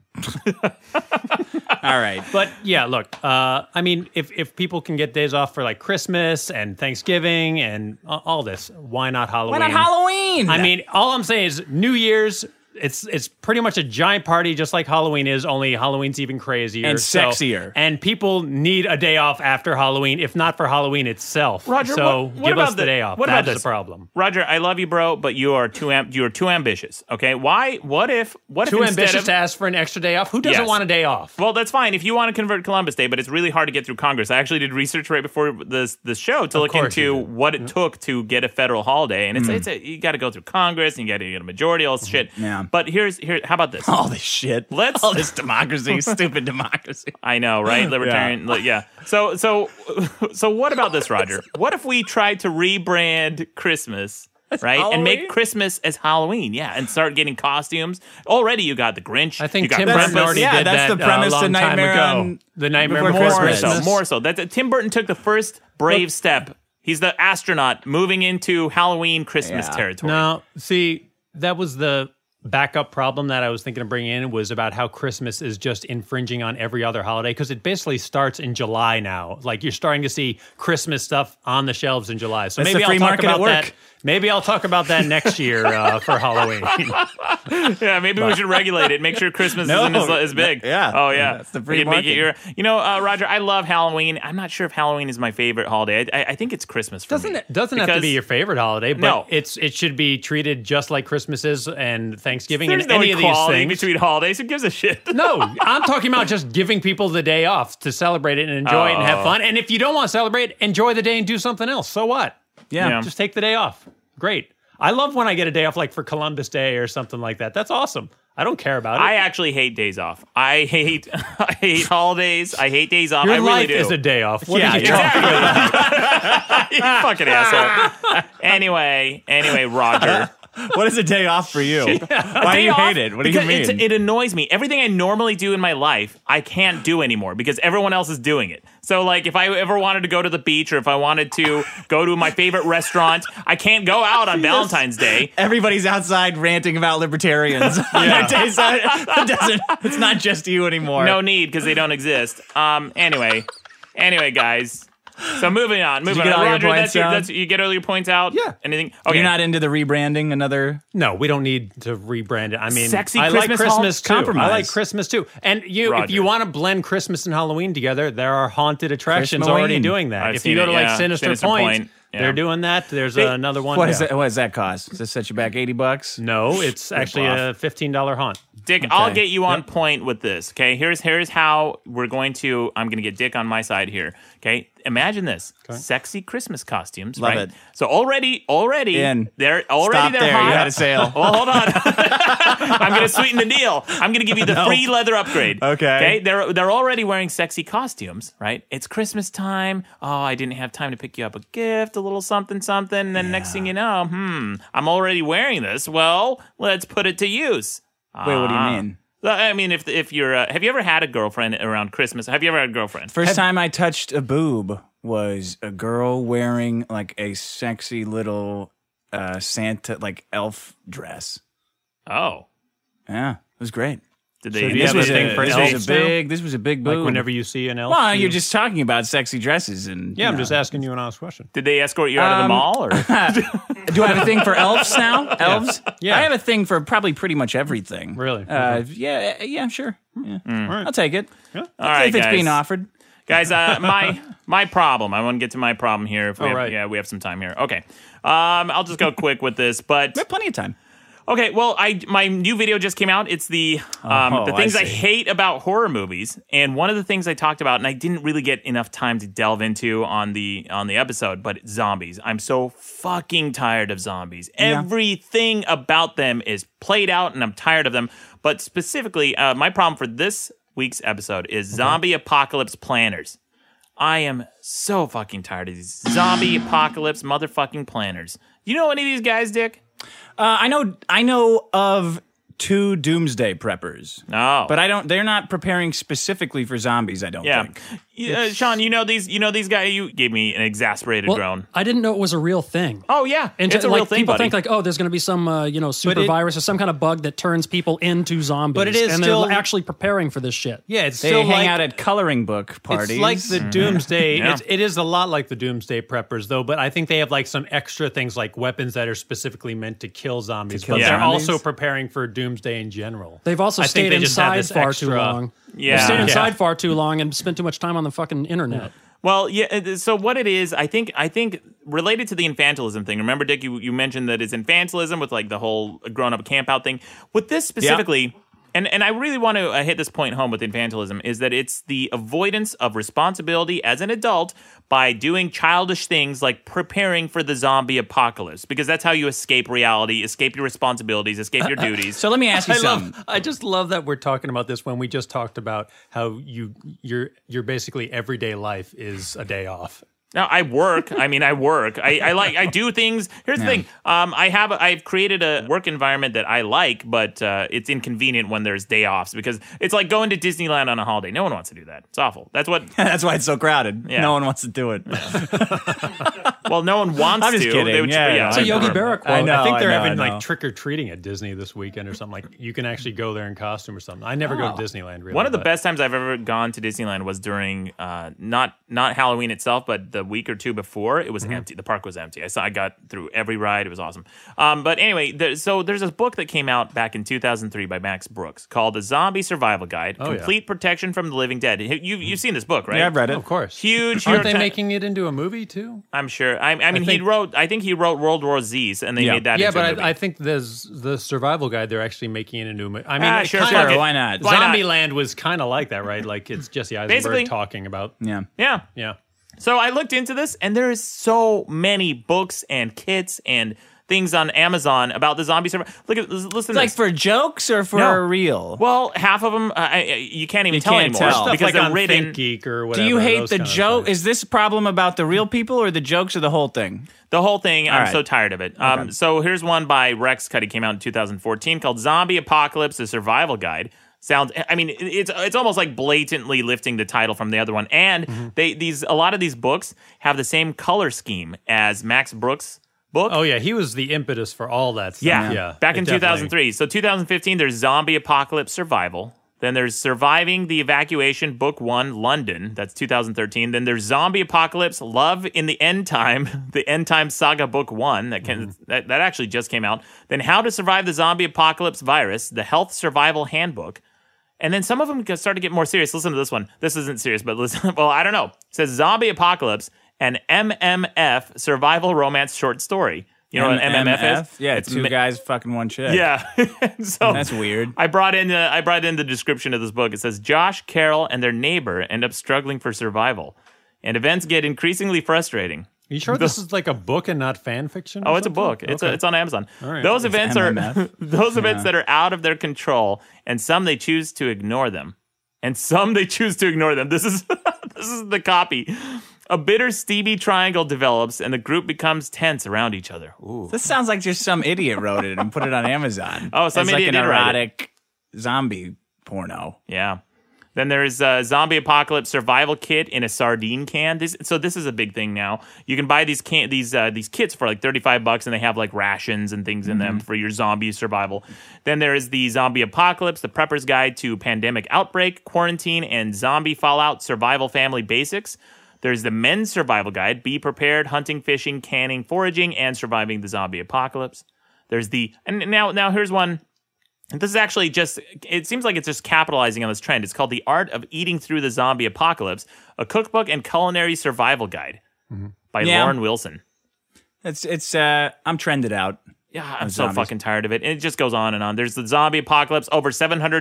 All right.
But yeah, look, uh, I mean, if, if people can get days off for like Christmas and Thanksgiving and a- all this, why not Halloween?
Halloween?
I mean, all I'm saying is New Year's. It's it's pretty much a giant party, just like Halloween is. Only Halloween's even crazier
And
So-
sexier.
and people need a day off after Halloween, if not for Halloween itself.
Roger,
so
what, what
give
about
us the, day off.
What
That's
about this
the problem.
Roger? I love you, bro, but you are too am- you are too ambitious. Okay, why? What if? What
Too
if instead
ambitious
of-
to ask for an extra day off. Who doesn't
Yes.
want a day off?
Well, that's fine if you want to convert Columbus Day, but it's really hard to get through Congress. I actually did research right before this the show to look
course you
into what it took to get a federal holiday, and it's,
Mm. Mm-hmm.
it's a, you got to go through Congress and you got to get a majority, all this shit.
Yeah.
But here's here. How about
(laughs)
this?
All this shit.
Let's
all this
(laughs)
democracy, stupid democracy.
I
(laughs)
know, right? Libertarian, li- yeah. So, so, (laughs) so, what about
(laughs)
this, Roger? What if we tried to rebrand Christmas, right, and make
Halloween?
Christmas as Halloween? Yeah, and start getting costumes. Already, you got the Grinch.
I think
you got
Tim
Krampus.
Burton already
yeah,
did
that's
that
the
uh,
premise.
a long
to
Nightmare
time ago.
on-
the Nightmare
more
Before Christmas.
so, more so. That's Tim Burton took the first brave step. He's the astronaut moving into Halloween Christmas territory.
No, see, that was the backup problem that I was thinking of bringing in was about how Christmas is just infringing on every other holiday because it basically starts in July now. Like you're starting to see Christmas stuff on the shelves in July. So
That's
maybe
the
I'll
free
talk
market at
about that.
work.
Maybe I'll talk about that next year uh, for Halloween.
yeah, maybe we
But-
should regulate it. Make sure Christmas
(laughs) No,
isn't as, as big.
that- yeah,
Oh yeah.
that's the
We
free
can make it
market.
your- you know, uh, Roger, I love Halloween. I'm not sure if Halloween is my favorite holiday. I, I, I think it's Christmas. For
(laughs) Doesn't
me.
it doesn't have to
Because-
be your favorite holiday, but
No.
it's it should be treated just like Christmas is and Thanksgiving
There's
and
no
any of these
equality
things.
between holidays. Who gives a
(laughs)
shit?
No, I'm talking about just giving people the day off to celebrate it and enjoy it and
Oh.
have fun. And if you don't want to celebrate, enjoy the day and do something else. So what?
Yeah.
Um,
Yeah.
Just take the day off. Great. I love when I get a day off like for Columbus Day or something like that. That's awesome. I don't care about it.
I actually hate days off. I hate (laughs) I hate holidays. I hate days off.
Your
I really
life
do.
is a day off. What
yeah,
are you
exactly. you
(laughs)
fucking asshole. anyway, anyway, Roger.
What is a day off for (laughs) you? Why do
day
you
off?
hate it? What do you
Because it's-
mean?
It annoys me. Everything I normally do in my life, I can't do anymore because everyone else is doing it. So, like, if I ever wanted to go to the beach or if I wanted to go to my favorite restaurant, I can't go
(laughs)
out on Valentine's Day.
Everybody's outside ranting about libertarians. (laughs) on their days out. It doesn't, it's not just you anymore.
No need because they don't exist. Um. Anyway, anyway, guys. So moving on,
Did you
moving
get
on.
all your
Roger,
points
that's, your,
down?
that's you get all your points out. Yeah. Anything? Okay.
You're not into the rebranding, another.
No, we don't need to rebrand it. I mean,
Sexy
I
Christmas
like
hall-
Christmas too.
compromise.
I like Christmas too. And you, if
Roger.
you want to blend Christmas and Halloween together, there are haunted attractions already
Christmaween.
doing that.
I've
if
seen
you go
it,
to like
yeah.
Sinister,
Sinister
Point,
Point, yeah.
they're doing that. There's
They-
another one.
What
yeah.
is that? What does that cost? Does that set you back eighty bucks?
No, it's actually a fifteen dollar haunt.
Dick, I'll
Okay.
get you on point with this. Okay, here's here's how we're going to. I'm going to get Dick on my side here. Okay, imagine this: sexy Christmas costumes.
Love
right?
it.
So already, already,
In.
they're already
Stop
they're
there. You
hot.
had a sale.
(laughs) well, hold on. I'm going to sweeten the deal. I'm going to give you the
(laughs) No.
free leather upgrade.
Okay.
Okay. They're they're already wearing sexy costumes, right? It's Christmas time. Oh, I didn't have time to pick you up a gift, a little something, something. And then next thing you know, hmm, I'm already wearing this. Well, let's put it to use.
Wait, what do you
Ah.
mean?
Well, I mean, if if you're, uh, have you ever had a girlfriend around Christmas? Have you ever had a girlfriend?
First time I touched a boob was a girl wearing like a sexy little
uh, Santa like elf dress.
Oh,
yeah, it was great.
Did
they- So do you have a thing for
this
elves
Was a
now?
big, this was a big
Like
boom.
whenever you see an elf,
Well,
you-
you're just talking about sexy dresses and
Yeah, I'm just asking you an honest question.
Did they escort you out of the
Um,
mall or
(laughs) Do I have a thing for elves
(laughs)
now?
Yeah.
Elves?
Yeah.
I have a thing for probably pretty much everything. Really? Uh, yeah, yeah, sure. Yeah.
Hmm.
I'll take it.
All right,
if it's
guys.
being offered.
guys. Uh, my my problem. I want to get to my problem here. If we
All
have,
right.
Yeah, we have some time here. Okay, um, I'll just go quick with this, but we have
plenty of time.
Okay, well, I my new video just came out. It's the um,
Oh,
the
I
things I,
see.
hate about horror movies, and one of the things I talked about, and I didn't really get enough time to delve into on the on the episode, but zombies. I'm so fucking tired of zombies.
Yeah.
Everything about them is played out, and I'm tired of them. But specifically, uh, my problem for this week's episode is zombie apocalypse planners. I am so fucking tired of these zombie apocalypse motherfucking planners. You know any of these guys, Dick?
Uh, I know I know of two doomsday preppers.
Oh.
But I don't they're not preparing specifically for zombies, I don't
yeah.
think.
Yeah, uh, Sean, you know these. You know these guys. You gave me an exasperated
(laughs) Well,
groan.
I didn't know it was a real thing.
Oh yeah,
and
It's
to-
a
like,
real thing,
People
buddy.
think like, oh, there's going to be some uh, you know super
it-
virus or some kind of bug that turns people into zombies.
But it is
and
still-
they're actually preparing for this shit.
Yeah, it's
They
still
hang
like,
out
at coloring book
parties.
It's like the
Mhm.
doomsday.
Yeah.
it's, it is a lot like the doomsday preppers, though. But I think they have like some extra things, like weapons that are specifically meant to kill zombies.
kill
but they're
zombies?
also preparing for doomsday in general.
They've also
I think
stayed
they just have
inside
this
far
extra-
too long. They've
Yeah.
stayed
Yeah.
inside far too long and spent too much time on the fucking internet.
Well, yeah. it is- So what it is, I think, I think related to the infantilism thing. Remember, Dick, you, you mentioned that it's infantilism with like the whole grown up camp out thing. With this specifically, and and I really want to uh, hit this point home with infantilism is that it's the avoidance of responsibility as an adult by doing childish things like preparing for the zombie apocalypse because that's how you escape reality, escape your responsibilities, escape your
(laughs) Uh,
duties.
(laughs) I Love, I just love that we're talking about this when we just talked about how you your your basically everyday life is a day off.
No, I work. I mean, I work. I, I like. I do things. Here's the
Yeah.
thing. Um, I have. I've created a work environment that I like, but uh, it's inconvenient when there's day offs because it's like going to Disneyland on a holiday. No one wants to do that. It's awful. That's what.
(laughs) That's why it's so crowded.
Yeah.
No one wants to (laughs) do it.
Well,
(laughs)
no one wants
I'm just
to.
kidding. Yeah, yeah. It's a Yogi Berra quote.
I, know,
I
think they're
know,
having
I know.
like trick or treating at Disney this weekend or something. Like you can actually go there in costume or something. I never go to Disneyland. Really,
One of the
but-
best times I've ever gone to Disneyland was during uh, not not Halloween itself, but the week or two before. It was
Mhm.
empty. The park was empty. I saw. I got through every ride. It was awesome. Um, but anyway, there, so there's this book that came out back in 2003 by Max Brooks called "The Zombie Survival Guide:
Oh, yeah.
Complete Protection from the Living Dead." You you've seen this book, right?
Yeah, I've read it. Of course.
Huge. New York
Aren't they
Ti-
making it into a movie too?
I'm sure. I, I mean, he wrote. I think he wrote World War Z's, and they made that.
Yeah,
into a
but
movie.
I, I think there's the survival guide. They're actually making it into a movie. I mean,
Ah,
it
sure,
kinda-
fuck it. Why not? Why not?
Zombieland was kind of like that, right? Like it's Jesse Eisenberg
Basically.
talking about.
Yeah.
Yeah.
Yeah.
So I looked into this, and there is so many books and kits and things on Amazon about the zombie survival. Look at listen. to
like
this.
for jokes or for
No.
real?
Well, half of them uh, I- I- you can't even
You
tell
can't
anymore
tell. Stuff
because
like
they're
on
written.
Geek or
Do you hate the joke? Is this problem about the real people or the jokes or the whole thing?
The whole thing.
All
I'm
right.
so tired of it. Um,
Okay.
So here's one by Rex Cuddy came out in 2014 called "Zombie Apocalypse: A Survival Guide." Sounds. I mean, it- it's it's almost like blatantly lifting the title from the other one. And
Mm-hmm.
they these a lot of these books have the same color scheme as Max Brooks' book.
Oh yeah, he was the impetus for all that. Stuff.
Yeah.
Yeah,
Back in
definitely.
2003. So 2015, there's Zombie Apocalypse Survival. Then there's Surviving the Evacuation, Book One, London. That's 2013. Then there's Zombie Apocalypse, Love in the End Time, (laughs) the End Time Saga, Book One. That, can, that, that actually just came out. Then How to Survive the Zombie Apocalypse Virus, the Health Survival Handbook. And then some of them start to get more serious. Listen to this one. This isn't serious, but listen. (laughs) Well, I don't know. It says Zombie Apocalypse, an MMF survival romance short story. You know what an MMF is?
Yeah,
it's
two
ma-
guys fucking one chick.
yeah. (laughs) so
That's weird.
I brought in the, I brought in the description of this book. It says Josh, Carol, and their neighbor end up struggling for survival, and events get increasingly frustrating.
You sure this is like a book and not fan fiction? or
Oh, it's a
something?
book. It's a,
Okay.
it's on Amazon.
All right.
Those
It's
events are
MMF.
(laughs) those events
Yeah.
that are out of their control, and some they choose to ignore them, and some they choose to ignore them. This is (laughs) this is the copy. A bitter Stevie triangle develops, and the group becomes tense around each other. Ooh.
This sounds like just some idiot wrote it and put it on Amazon. (laughs)
Oh, some
It's
idiot
like an
did write it.
erotic zombie porno.
Yeah. Then there is a zombie apocalypse survival kit in a sardine can. This, so this is a big thing now. You can buy these can these uh, these kits for like thirty five bucks, and they have like rations and things in them
Mhm.
for your zombie survival. Then there is the zombie apocalypse, the prepper's guide to pandemic outbreak, quarantine, and zombie fallout survival family basics. There's the men's survival guide: be prepared, hunting, fishing, canning, foraging, and surviving the zombie apocalypse. There's the and now now here's one and This is actually just, it seems like it's just capitalizing on this trend. It's called The Art of Eating Through the Zombie Apocalypse, a cookbook and culinary survival guide by
Yeah.
Lauren Wilson.
It's it's uh I'm trended out.
Yeah, I'm so fucking tired of it. And it just goes on and on. There's the zombie apocalypse, over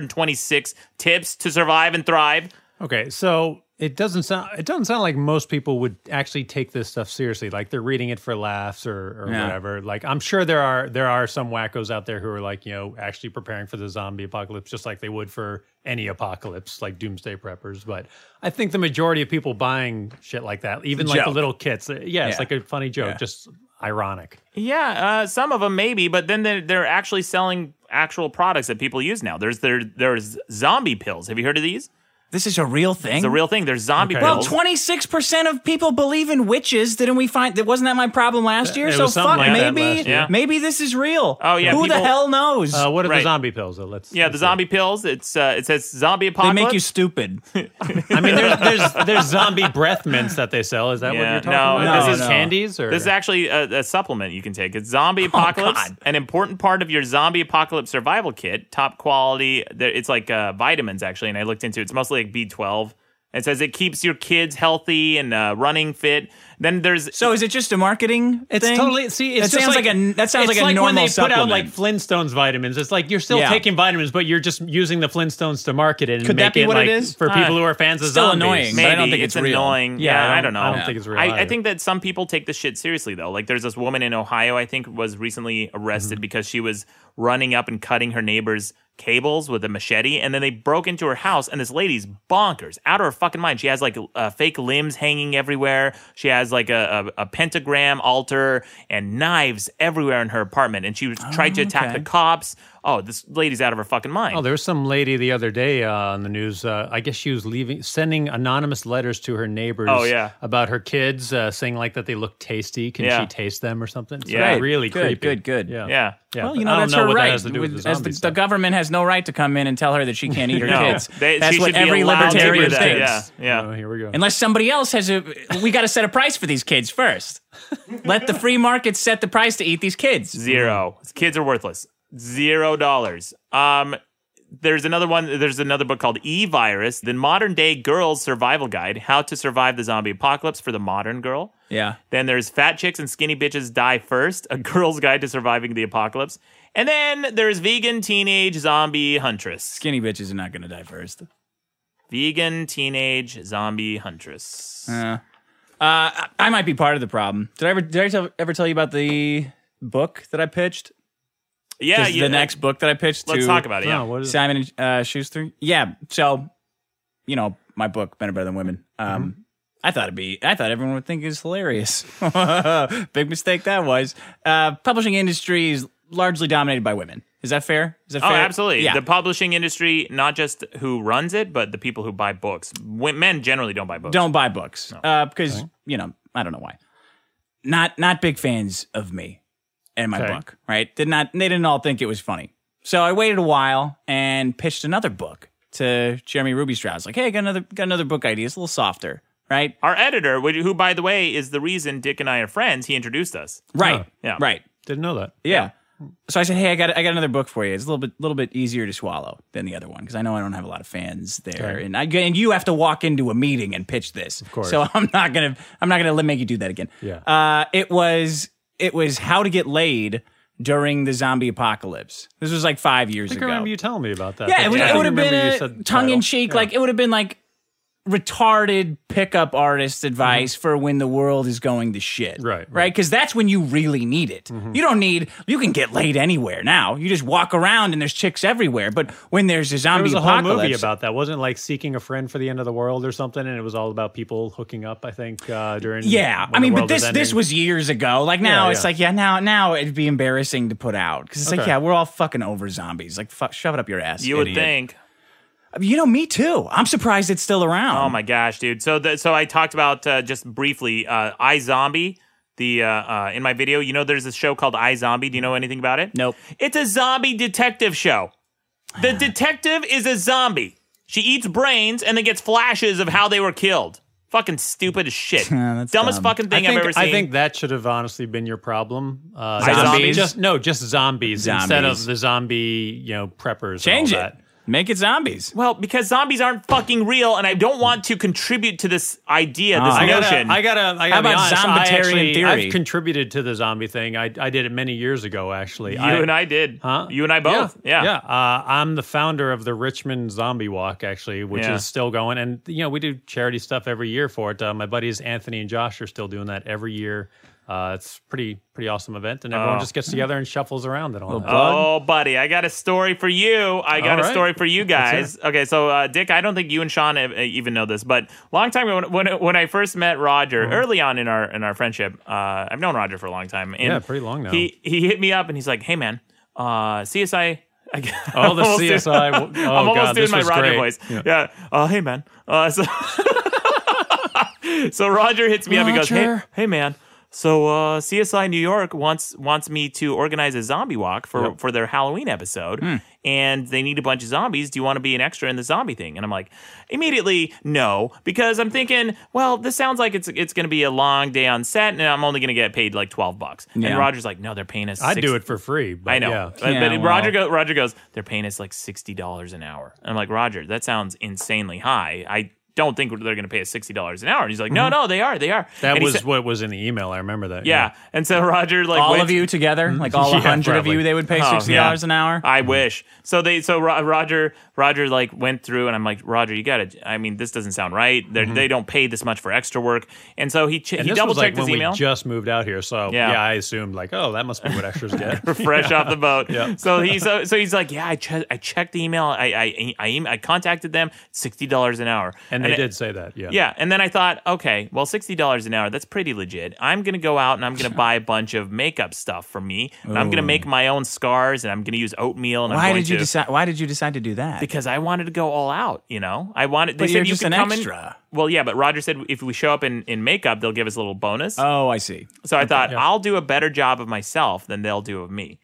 726 tips to survive and thrive.
Okay, so it doesn't sound it doesn't sound like most people would actually take this stuff seriously. Like they're reading it for laughs or, or
Yeah.
whatever. Like I'm sure there are there are some wackos out there who are like you know actually preparing for the zombie apocalypse just like they would for any apocalypse, like doomsday preppers. But I think the majority of people buying shit like that, even like the
joke.
little kits, uh, yeah,
Yeah.
it's like a funny joke,
Yeah.
just ironic.
Yeah, uh, some of them maybe, but then they're, they're actually selling actual products that people use now. There's there there's zombie pills. Have you heard of these?
This is a real thing.
It's a real thing. There's zombie
Well,
pills.
twenty six percent of people believe in witches. Didn't we find that? Wasn't that my problem last year?
It
so
was something
fuck,
like that
maybe
last year.
maybe this is real.
Oh yeah,
who the
people-
hell knows?
Uh, what are
Right.
the zombie pills? Though? Let's.
Yeah, the zombie pills. It's uh, it says zombie
They
apocalypse.
make you stupid.
I
(laughs)
mean, there's there's, there's zombie breath mints that they sell. Is that what
Yeah,
you're talking
no, this
about? Is
is
this candies or
this is actually a, a supplement you can take. It's zombie apocalypse, an important part of your zombie apocalypse survival kit. Top quality. There- It's like uh, vitamins actually, and I looked into it. It's mostly like B twelve. It says it keeps your kids healthy and uh, running fit. Then there's
so is it just a marketing? (laughs)
It's
thing?
totally see.
that
It's just
sounds like, a that sounds
it's
like a normal
when they
supplement.
put out like Flintstones vitamins. It's like you're still
Yeah.
taking vitamins, but you're just using the Flintstones to market it and
Could
make
that be
it
what it
like
is?
for
Uh,
people who are fans of
still
zombies.
annoying,
Maybe it's, annoying. Yeah, I, don't, know.
I don't think it's real.
I, I
either.
think that some people take this shit seriously though. Like there's this woman in Ohio, I think, was recently arrested
Mm-hmm.
because she was running up and cutting her neighbor's cables with a machete, and then they broke into her house. And this lady's bonkers, out of her fucking mind. She has like uh, fake limbs hanging everywhere. She has like a, a, a pentagram altar and knives everywhere in her apartment. And she was tried to attack
okay.
the cops. Oh, this lady's out of her fucking mind.
Oh, there was some lady the other day uh, on the news. Uh, I guess she was leaving, sending anonymous letters to her neighbors.
Oh, yeah.
about her kids, uh, saying like that they look tasty. Can
Yeah.
she taste them or something? So
Yeah.
that's really
Good,
creepy.
good, good.
Yeah,
Yeah.
yeah.
Well,
but
you know,
I don't
that's
know
her
what
right.
that has to do with,
With-
the
as the,
zombies.
the government has no right to come in and tell her that she can't eat her
(laughs) No.
kids.
They-
that's
she
what
should be
every
allowed to
libertarian
do that.
thinks.
Yeah, yeah.
Oh, here we go.
Unless somebody else has a, we got to set a price for these kids first. Let the free market set the price to eat these kids.
Zero. Kids are worthless. Zero dollars. Um, there's another one. There's another book called E Virus, the modern day girl's survival guide: how to survive the zombie apocalypse for the modern girl.
Yeah.
Then there's Fat Chicks and Skinny Bitches Die First, a girl's guide to surviving the apocalypse. And then there's Vegan Teenage Zombie Huntress.
Skinny bitches are not going to die first.
Vegan Teenage Zombie Huntress.
Uh, uh, I might be part of the problem. Did I ever did I tell, ever tell you about the book that I pitched?
Yeah,
This is
you-
the next book that I pitched.
Let's
to
talk about it,
Oh,
yeah. No, what is it?
Simon and uh, Schuster. Yeah, so you know my book, Men Are Better Than Women. Um,
Mm-hmm.
I thought it'd be. I thought everyone would think it's hilarious. (laughs) Big mistake that was. Uh, publishing industry is largely dominated by women. Is that fair? Is that
oh,
fair?
absolutely.
Yeah.
The publishing industry, not just who runs it, but the people who buy books. Wo- Men generally don't buy books.
Don't buy books because you know I don't know why. Not not big fans of me and my
Okay.
book. Right? Did not they didn't all think it was funny. So I waited a while and pitched another book to Jeremy Ruby Strauss. Like, hey, I got another got another book idea. It's a little softer, right?
Our editor, which- who by the way is the reason Dick and I are friends, he introduced us.
Right.
Yeah.
Right.
Didn't know that.
Yeah. So I said, hey, I got I got another book for you. It's a little bit little bit easier to swallow than the other one because I know I don't have a lot of fans there,
Okay.
and I and you have to walk into a meeting and pitch this. Of
course.
So (laughs) I'm not gonna I'm not gonna let make you do that again.
Yeah.
Uh, it was it was how to get laid during the zombie apocalypse. This was like five years
I think I
ago.
remember you telling me about that.
yeah, it,
but
was,
I
it
don't
would have
remember you
been
said uh, the
a tongue in
title.
cheek. Like it would have been like retarded pickup artist advice
Mm-hmm.
for when the world is going to shit. Right. Right. Because that's when you really need it.
Mm-hmm.
You don't need. You can get laid anywhere now. You just walk around and there's chicks everywhere. But when there's a
There
zombie
was a whole
apocalypse,
movie about that, wasn't it? Like seeking a friend for the end of the world or something, and it was all about people hooking up. I think uh, during
Yeah,
when
I
the
mean, but
world was
this
ending.
this was years ago. Like now,
Yeah,
it's
yeah.
like yeah, now now it'd be embarrassing to put out because it's like
Okay.
yeah, we're all fucking over zombies. Like fuck, shove it up your ass.
You would
idiot.
think.
You know, me too. I'm surprised it's still around.
Oh my gosh, dude! So the, so I talked about uh, just briefly uh, I Zombie. The uh, uh, in my video, you know, there's this show called I Zombie. Do you know anything about it? Nope. It's a zombie detective show.
(sighs)
The detective is a zombie. She eats brains and then gets flashes of how they were killed. Fucking stupid as
(laughs)
shit. Dumbest fucking thing
I think,
I've ever seen.
I think that should have honestly been your problem. Uh,
Zombies?
zombie- Just no, just zombies, instead of
Zombies.
the zombie, you know, preppers.
Change
and all
it.
That.
Make it zombies.
Well, because zombies aren't fucking real, and I don't want to contribute to this idea, this
Ah, I gotta,
notion.
I gotta, I gotta be honest, I actually- I've
I've con-
contributed to the zombie thing. I, I did it many years ago, actually.
You and I did.
Huh?
You and I both. Yeah.
Yeah. Uh, I'm the founder of the Richmond Zombie Walk, actually, which
Yeah.
is still going. And, you know, we do charity stuff every year for it. Uh, my buddies Anthony and Josh are still doing that every year. Uh, it's pretty pretty awesome event, and everyone
Oh.
just gets together and shuffles around and all Uh, that.
Oh, buddy, I got a story for you. I got
All
a
right.
story for you
Let's
guys. Okay, so uh, Dick, I don't think you and Sean e- even know this, but long time ago when, when when I first met Roger,
Mm-hmm.
early on in our in our friendship, uh, I've known Roger for a long time. And
Yeah, pretty long now.
He he hit me up and he's like, "Hey, man, uh, CSI." I g- (laughs)
Oh, the
almost doing-
CSI. Oh,
(laughs) I'm almost
God,
doing
this
my
was
Roger
great.
voice.
Yeah.
Yeah. Uh, hey, man. Uh, (laughs) so so Roger hits me up and goes, "Hey,
Roger.
hey, man. So uh, CSI New York wants wants me to organize a zombie walk for for their Halloween episode,
Hmm.
and they need a bunch of zombies. Do you want to be an extra in the zombie thing?" And I'm like, immediately, no, because I'm thinking, well, this sounds like it's it's going to be a long day on set, and I'm only going to get paid like twelve bucks.
Yeah.
And Roger's like, "No, they're paying us.
I'd
six-
do it for free. But
I know.
Yeah.
But, but Roger go, Roger goes, they're paying us like sixty dollars an hour. And I'm like, Roger, that sounds insanely high. I don't think they're going to pay us sixty dollars an hour. And he's like, No,
Mhm.
no, they are, they are.
That
And he
was
said-
what was in the email. I remember that.
yeah. And so Roger like
All
went-
of you
together,
like
(laughs)
all Yeah, 100 of you, probably. they would pay
Mm-hmm. Oh,
$60
an hour.
I wish. So they so Ro- Roger Roger like went through and I'm like Roger, you got to. I mean, this doesn't sound right. They're-
Mhm.
They don't pay this much for extra work. And so he ch-
And
he
this was,
double
like,
checked his
when
email.
We just moved out here, so
Yeah.
yeah. I assumed like, oh, that must be what extras
(laughs)
get.
(laughs) fresh
Yeah.
off the boat.
Yeah.
So he so, so he's like, yeah, I che- I checked the email. I I I, em- I contacted them. Sixty dollars an hour,
and they
it-
did say that. Yeah.
Yeah, and then I thought, okay, well, sixty dollars an hour—that's pretty legit. I'm gonna go out and I'm
(laughs)
gonna buy a bunch of makeup stuff for me, and I'm gonna
Ooh.
make my own scars, and I'm gonna use oatmeal. And I'm
Why
going
did you
to-
decide? Why did you decide to do that?
Because I wanted to go all out. You know, I wanted. They
But
said
you're
you
just
could
an
come
extra.
In, well, yeah, but Roger said if we show up in, in makeup, they'll give us a little bonus.
Oh, I see.
So I thought I'll do a better job of myself than they'll do of me.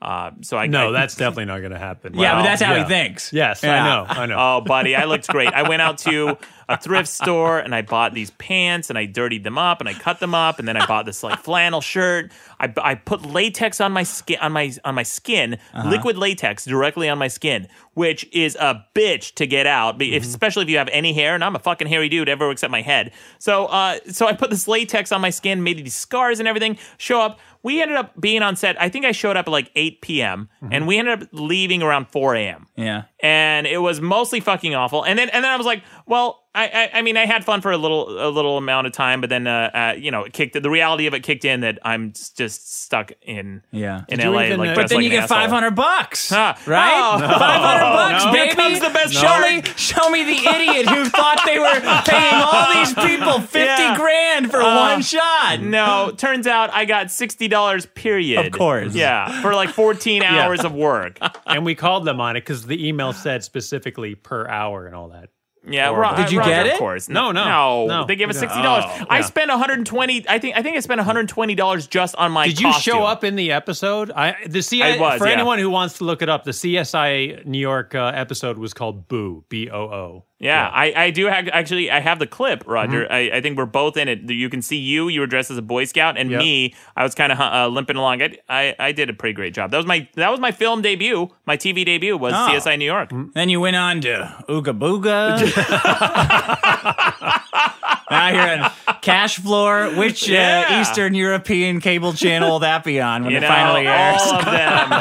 Uh, so I
no,
I-
that's definitely not going to happen.
Yeah, but that's how he
thinks.
Yes,
Yeah.
I know. I know.
(laughs) Oh, buddy, I looked great. I went out to a thrift store and I bought these pants and I dirtied them up and I cut them up and then I bought this like flannel shirt. I, I put latex on my skin on my on my skin,
Uh-huh.
liquid latex directly on my skin, which is a bitch to get out, be- if- especially if you have any hair. And I'm a fucking hairy dude everywhere except my head. So uh, so I put this latex on my skin, made these scars and everything. Show up. We ended up being on set. I think I showed up at like 8 p.m. and we ended up leaving around 4 a.m
Yeah.
and it was mostly fucking awful. And then and then I was like, well, I I, I mean, I had fun for a little a little amount of time, but then uh, uh you know, it kicked the reality of it kicked in that I'm s- just stuck in
Yeah.
in LA. like,
but then
dressed like
you
an
get
asshole.
five hundred bucks, right?
Oh, no.
Five hundred bucks,
No. Here
baby.
comes the best
show
part.
me, show me the idiot who thought they
(laughs)
were paying all these people fifty
Yeah.
grand for
Uh,
one shot.
(gasps)
No, turns out I got sixty dollars. Period.
Of course.
Yeah, for like fourteen
(laughs) Yeah.
hours of work.
and we called them on it because the email said specifically per hour and all that.
Yeah,
Horrible.
Ro- Roger, Of course,
No, no,
no.
no.
They gave us
No.
sixty dollars.
Oh,
I
yeah.
spent one hundred and twenty. I think I think I spent one hundred and twenty dollars just on my.
Did you
costume.
show up in the episode? I the
I
CSI
was,
for
yeah.
anyone who wants to look it up. The CSI New York uh, episode was called Boo B O O.
Yeah, I, I do have, actually. I have the clip, Roger.
Mm-hmm.
I, I think we're both in it. You can see you. You were dressed as a Boy Scout, and
Yep.
me. I was kind of uh, limping along. I, I I did a pretty great job. That was my that was my film debut. My TV debut was
Oh.
CSI New York.
Then you went on to Ooga Booga. now you're on Cash Floor. Which uh,
Yeah.
Eastern European cable channel will that be on when
You
it
know, oh,
finally airs?
all of
(laughs)
them,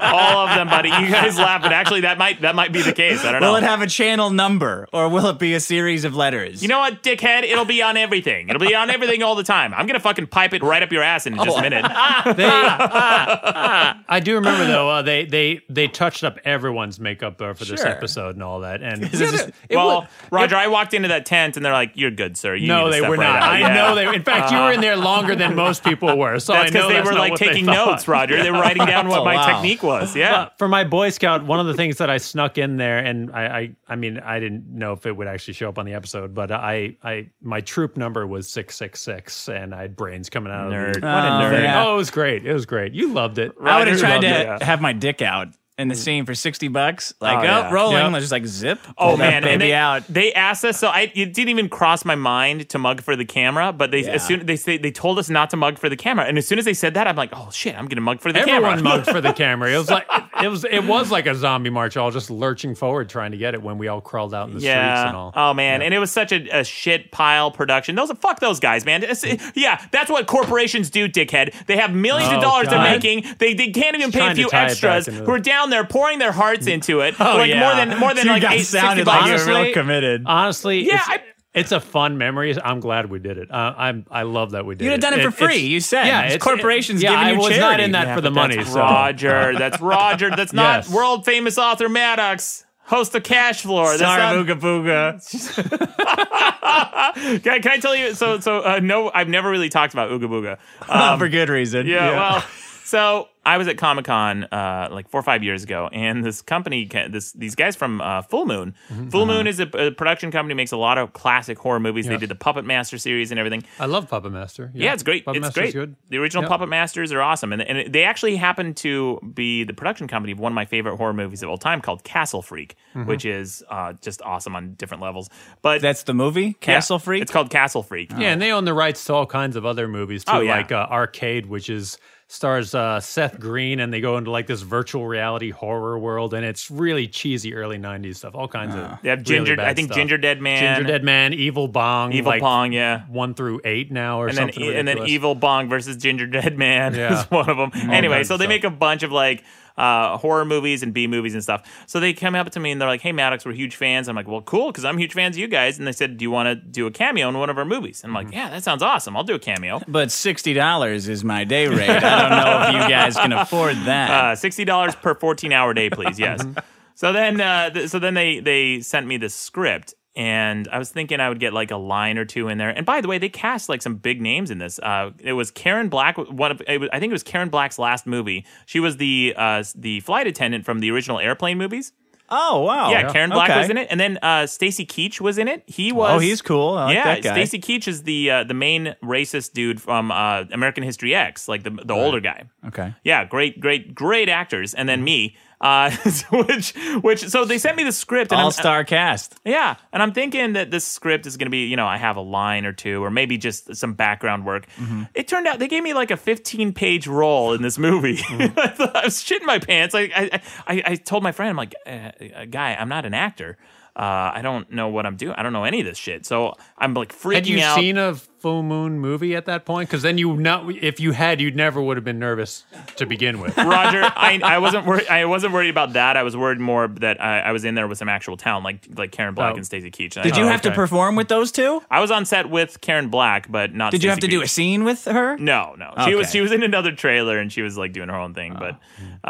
all of them, buddy. You guys laugh, but actually, that might that might be the case. I don't know.
Will it have a channel number or will it be a series of letters?
you know what, dickhead? It'll be on everything. It'll be on everything all the time. I'm gonna fucking pipe it right up your ass in
Oh.
just a
(laughs)
minute.
I do remember though uh, they they they touched up everyone's makeup uh, for this
Sure.
episode and all that. And
well, Roger, I walked into that tent and they're like, "You're good, sir." You
(laughs)
need
no,
to
they
step
were
right out.
I
yeah.
know they. In fact, you were in there longer than most people were. So
That's
Oh, I know
they were
not
like
what they
taking
(laughs) thought.
notes, Roger. They were writing down what my technique was. Yeah.
But for my Boy Scout, one of the things that I snuck in there, and I, I, I mean, I didn't know if it would actually show up on the episode, but I, I, my troop number was six six six, and I had brains coming out
Nerd.
of the
Oh,
What a nerd!
yeah.
Oh, it was great. It was great. You loved it.
I would have
Roger
tried
loved
to
it.
have my dick out in the scene for sixty bucks. Like, oh,
Oh, yeah.
rolling,
Yep.
let's just like zip.
Oh
pull that
man, and
baby
they,
out.
they asked us, so I it didn't even cross my mind to mug for the camera. But they as soon they say they told us not to mug for the camera, and as soon as they said that, I'm like, oh shit, I'm gonna mug for the camera.
Everyone
(laughs)
mugged for the camera. It was like it was it was like a zombie march, all just lurching forward trying to get it when we all crawled out in the streets
yeah.
and all.
Oh man, and it was such a, a shit pile production. Those fuck those guys, man. It's- yeah, that's what corporations do, dickhead. They have millions
Oh,
of dollars
God.
they're making. They, they can't even pay a
trying to
few
tie it back
extras
into
who are down there pouring their hearts into it.
Oh,
like
yeah.
more than more than
You
like
guys
eight, 60
sounded
bucks.
like you were real Honestly-
committed.
Honestly,
Yeah,
it's, it's a fun memory. I'm glad we did it. Uh, I'm I love that we did.
You'd have done it for free,
it's-
you said.
Yeah,
It's corporations
yeah,
giving
I
you
was not
charity.
in that
Yeah,
for the
but
money.
that's
so-
Roger.
(laughs)
That's Roger. That's not
Yes.
world famous author Maddox. Host of Cash Floor. That's
Sorry,
not-
Ooga Booga.
(laughs) can, I, can I tell you? So, so uh, no, I've never really talked about Ooga Booga
for good reason.
Yeah, well, so I was at Comic Con uh, like four or five years ago, and this company, ca- this these guys from uh, Full Moon.
Mm-hmm.
Full Moon is a, a production company makes a lot of classic horror movies. They
Uh-huh. Yes.
did the Puppet Master series and everything.
I love Puppet Master.
Yeah, it's great.
Puppet
it's
Master's
great.
good.
The original
Yeah.
Puppet Masters are awesome, and and they actually happen to be the production company of one of my favorite horror movies of all time called Castle Freak,
Mm-hmm.
Mhm.
which is uh, just awesome on different levels. But
that's the movie Castle Freak.
It's called Castle Freak.
Yeah, and they own the rights to all kinds of other movies too,
Oh, yeah.
like uh, Arcade, which is stars uh, Seth Green, and they go into like this virtual reality horror world, and it's really cheesy early '90s stuff. All kinds of
They have
really
Ginger-
bad
I think
stuff.
Ginger Dead Man.
Ginger Dead Man, Evil Bong,
Evil
like,
Pong, yeah,
one through eight now, or
and then E,
something.
and then
ridiculous.
Evil Bong versus Ginger Dead Man (laughs)
Yeah. Oh,
is one of them.
All
anyway,
kinds
so
of
they
stuff.
make a bunch of like uh, horror movies and B movies and stuff. So they come up to me and they're like, "Hey, Maddox, we're huge fans." I'm like, "Well, cool, because I'm huge fans of you guys." And they said, "Do you want to do a cameo in one of our movies?" And I'm
Mm-hmm.
like, "Yeah, that sounds awesome. I'll do a cameo."
But sixty dollars is my day rate. I don't know if you guys can afford that.
Uh, Sixty dollars per fourteen hour day, please. Yes.
Mm-hmm.
so then, uh, th- so then they they sent me this script, and I was thinking I would get like a line or two in there. And by the way, they cast like some big names in this. Uh, it was Karen Black. One of it was, I think it was Karen Black's last movie. She was the uh, the flight attendant from the original airplane movies.
Oh wow!
yeah, Karen Black was in it, and then uh, Stacy Keach was in it. He was.
Oh, he's cool. I like
yeah,
that guy.
Stacy Keach is the uh, the main racist dude from uh, American History X, like the the older guy.
Okay.
Yeah, great, great, great actors, and then me. Uh, (laughs) which, which, so they sent me the script. and I'm- Oh,
All star cast.
yeah, and I'm thinking that this script is going to be, you know, I have a line or two, or maybe just some background work.
Mm-hmm.
It turned out they gave me like a 15 page role in this movie.
Mm-hmm.
(laughs) I, thought- I was shitting my pants. I, I, I, I told my friend, I'm like, uh, uh, guy, I'm not an actor. Uh, I don't know what I'm doing. I don't know any of this shit. So I'm like freaking
Had you
out.
seen a full moon movie at that point? Because then you not if you had, you never would have been nervous to
(laughs)
begin with.
Roger, I, I wasn't worried. I wasn't worried about that. I was worried more that I, I was in there with some actual talent, like like Karen Black
Oh.
and Stacey Keach. And I-
Did you
Oh,
have to
okay.
perform with those two?
I was on set with Karen Black, but not.
Did you have
Stacey
to do
Keach.
a scene with her?
No, no. She was
Okay.
she was in another trailer and she was like doing her own thing.
Oh.
But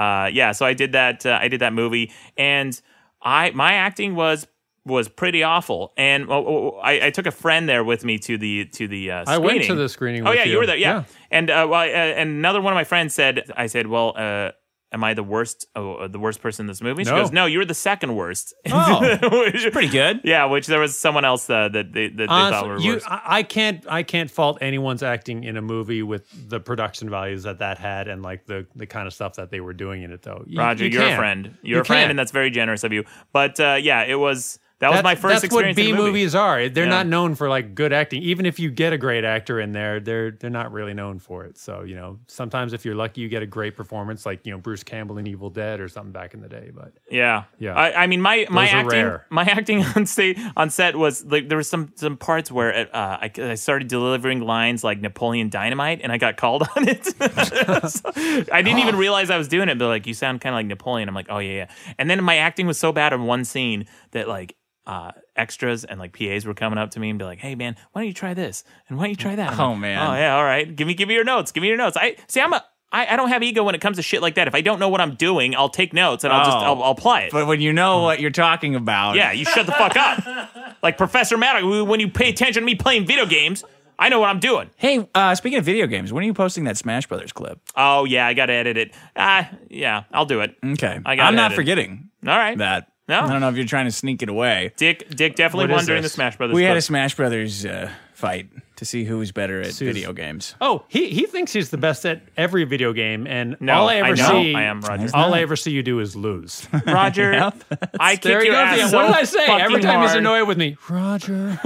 uh, yeah, so I did that. Uh, I did that movie, and I my acting was was pretty awful. And oh, oh, oh, I, I took a friend there with me to the to the uh,
I
screening.
went to the screening
Oh
with
yeah, you.
you.
were there. Yeah.
Yeah.
And uh, well, uh, and another one of my friends said, I said, well. Uh, Am I the worst? Oh, uh, the worst person in this movie? She
No.
goes, "No, you were the second worst." (laughs)
Oh,
Which-
pretty good.
Yeah, which there was someone else uh, that they that they thought were
Honestly, you, uh,
worse.
I I can't, I can't fault anyone's acting in a movie with the production values that that had and like the the kind of stuff that they were doing in it. Though, You-
Roger,
you
are a
can't.
friend. You're
You
a friend,
can't.
and that's very generous of you. But uh, yeah, it was that was
That's-
my first
that's
experience.
what B
in a movie.
movies are. They're
Yeah.
not known for like good acting. Even if you get a great actor in there, they're they're not really known for it. So you know, sometimes if you're lucky, you get a great performance, like you know Bruce Campbell in Evil Dead or something back in the day. But
Yeah,
Yeah.
I, I mean, my my
Those are
acting,
rare.
my acting (laughs) on state on set was like there were some some parts where uh, I, I started delivering lines like Napoleon Dynamite, and I got called (laughs) on it. So, I didn't even realize I was doing it. But like, you sound kind of like Napoleon. I'm like, oh yeah, yeah. And then my acting was so bad in one scene that like. Uh, extras and like PAs were coming up to me and be like, "Hey man, why don't you try this? And why don't you try that?" I'm
Oh,
like,
man.
oh yeah, all right. Give me give me your notes. Give me your notes. I see. I'm a I, I don't have ego when it comes to shit like that. If I don't know what I'm doing, I'll take notes and I'll just
Oh.
I'll, I'll apply it.
But when you know what you're talking about,
(laughs)
Yeah, you shut the fuck up. Like Professor Maddox, when you pay attention to me playing video games, I know what I'm doing.
Hey, uh, speaking of video games, when are you posting that Smash Brothers clip?
Oh yeah, I got to edit it. Ah, yeah, I'll do it.
Okay,
I got.
I'm not forgetting.
All right,
that.
No.
I don't know if you're trying to sneak it away.
Dick, Dick definitely
What is
won during the
this?
Smash Brothers.
We
clip.
had a Smash Brothers uh, fight to see who was better at
Sue's-
video games.
Oh, he, he thinks he's the best at every video game, and
No,
all I ever
I know.
see,
I am, Roger. He's
all
not.
I ever see you do is lose. (laughs)
(laughs) Roger, I kick
there you
your
go.
ass.
Dan.
so
what did I say? Every
fucking
time he's
hard.
annoyed with me, (laughs) Roger.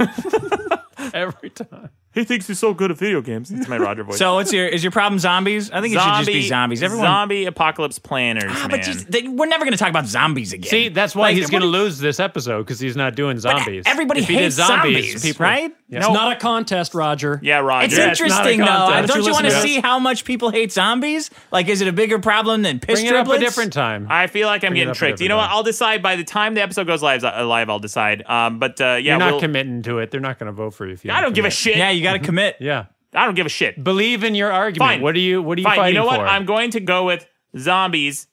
Every time.
He thinks he's so good at video games. It's my Roger voice.
(laughs) So what's your is your problem zombies? I think it should just be zombies. Everyone Ah,
zombie apocalypse planners, man.
but you- they- we're never going to talk about zombies again.
See, that's why
Like,
he's
what
going to
do you-
lose this episode because he's not doing zombies.
everybody
If he did
hates zombies, right?
Yeah.
It's not a contest, Roger.
Yeah, Roger.
It's interesting though.
contest.
Don't you want to
listen to
see how much people hate zombies? Like, is it a bigger problem than piss driblets?
time.
I feel like
Bring
I'm
it
getting
up a
tricked. You know what? I'll decide by the time the episode goes live. uh, Live, I'll decide. Um, but uh, yeah,
You're not
we'll-
committing to it. They're not going to vote for you. If you
I don't give a
commit.
shit. Yeah, you gotta commit.
Mm-hmm. yeah,
I don't give a shit.
Believe in your argument.
Fine.
What are you? What are you
Fine.
fighting
You know what?
for?
I'm going to go with zombies.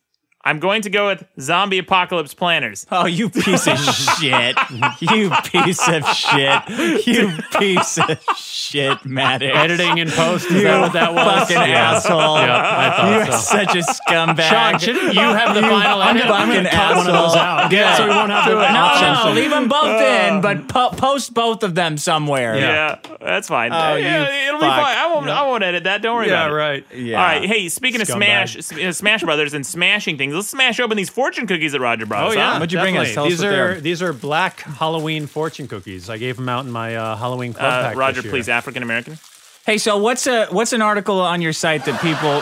I'm going to go with zombie apocalypse planners.
Oh, you piece
(laughs)
of shit. You piece of shit. You piece of
(laughs)
shit, Maddox.
(laughs)
Editing in post, is
you
that what that was?
fucking
Yeah.
asshole.
Yeah, I thought
you are
so.
such a scumbag. Uh,
Sean, shouldn't you have the final
I'm
edit? I'm
fucking
gonna cut
asshole.
one of those out. Yeah, so we won't have to
no,
option.
no, leave them both
Uh.
in, but po- post both of them somewhere.
Yeah, that's fine.
Oh,
yeah,
you
it'll be
fuck.
fine. I won't. I won't edit that. Don't worry
Yeah,
about it.
right. Yeah.
All right. Hey, speaking
Scumbag.
of Smash, sp- uh, Smash Brothers, and smashing things, let's smash open these fortune cookies that Roger brought.
Oh
us,
yeah,
huh? Uh,
definitely. these are these are black Halloween fortune cookies. I gave them out in my uh, Halloween club
Uh,
pack.
Roger,
this year.
please, African American.
Hey, so what's a what's an article on your site that people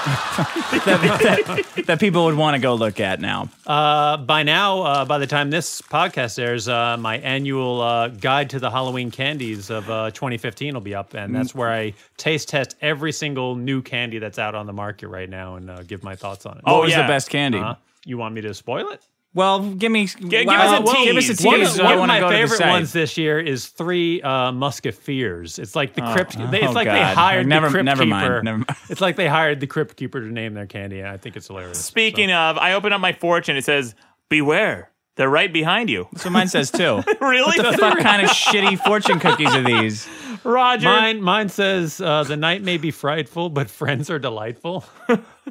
(laughs) that, that, that people would want to go look at now?
Uh, by now, uh, by the time this podcast airs, uh, my annual uh, guide to the Halloween candies of uh, 2015 will be up, and that's
Mm.
where I taste test every single new candy that's out on the market right now and uh, give my thoughts on it.
What Oh, was the yeah. best candy?
Uh-huh. you want me to spoil it?
Well, give me
Give,
wow,
us a tease.
Give us a
One of-
tease.
One,
I
of
wanna
my
go to the
favorite
site.
ones this year is three uh, Musketeers. It's like the
Oh.
crypt. They, it's
Oh,
like they
God.
hired
Never-
the crypt
never mind.
keeper.
Never mind.
It's like they hired the crypt keeper to name their candy, and I think it's hilarious.
Speaking of, I open up my fortune. It says, "Beware, they're right behind you." (laughs)
So mine says
(laughs)
too.
really?
What the fuck kind of shitty fortune cookies are these?
Roger.
Mine, mine says uh, the night may be frightful, but friends are delightful.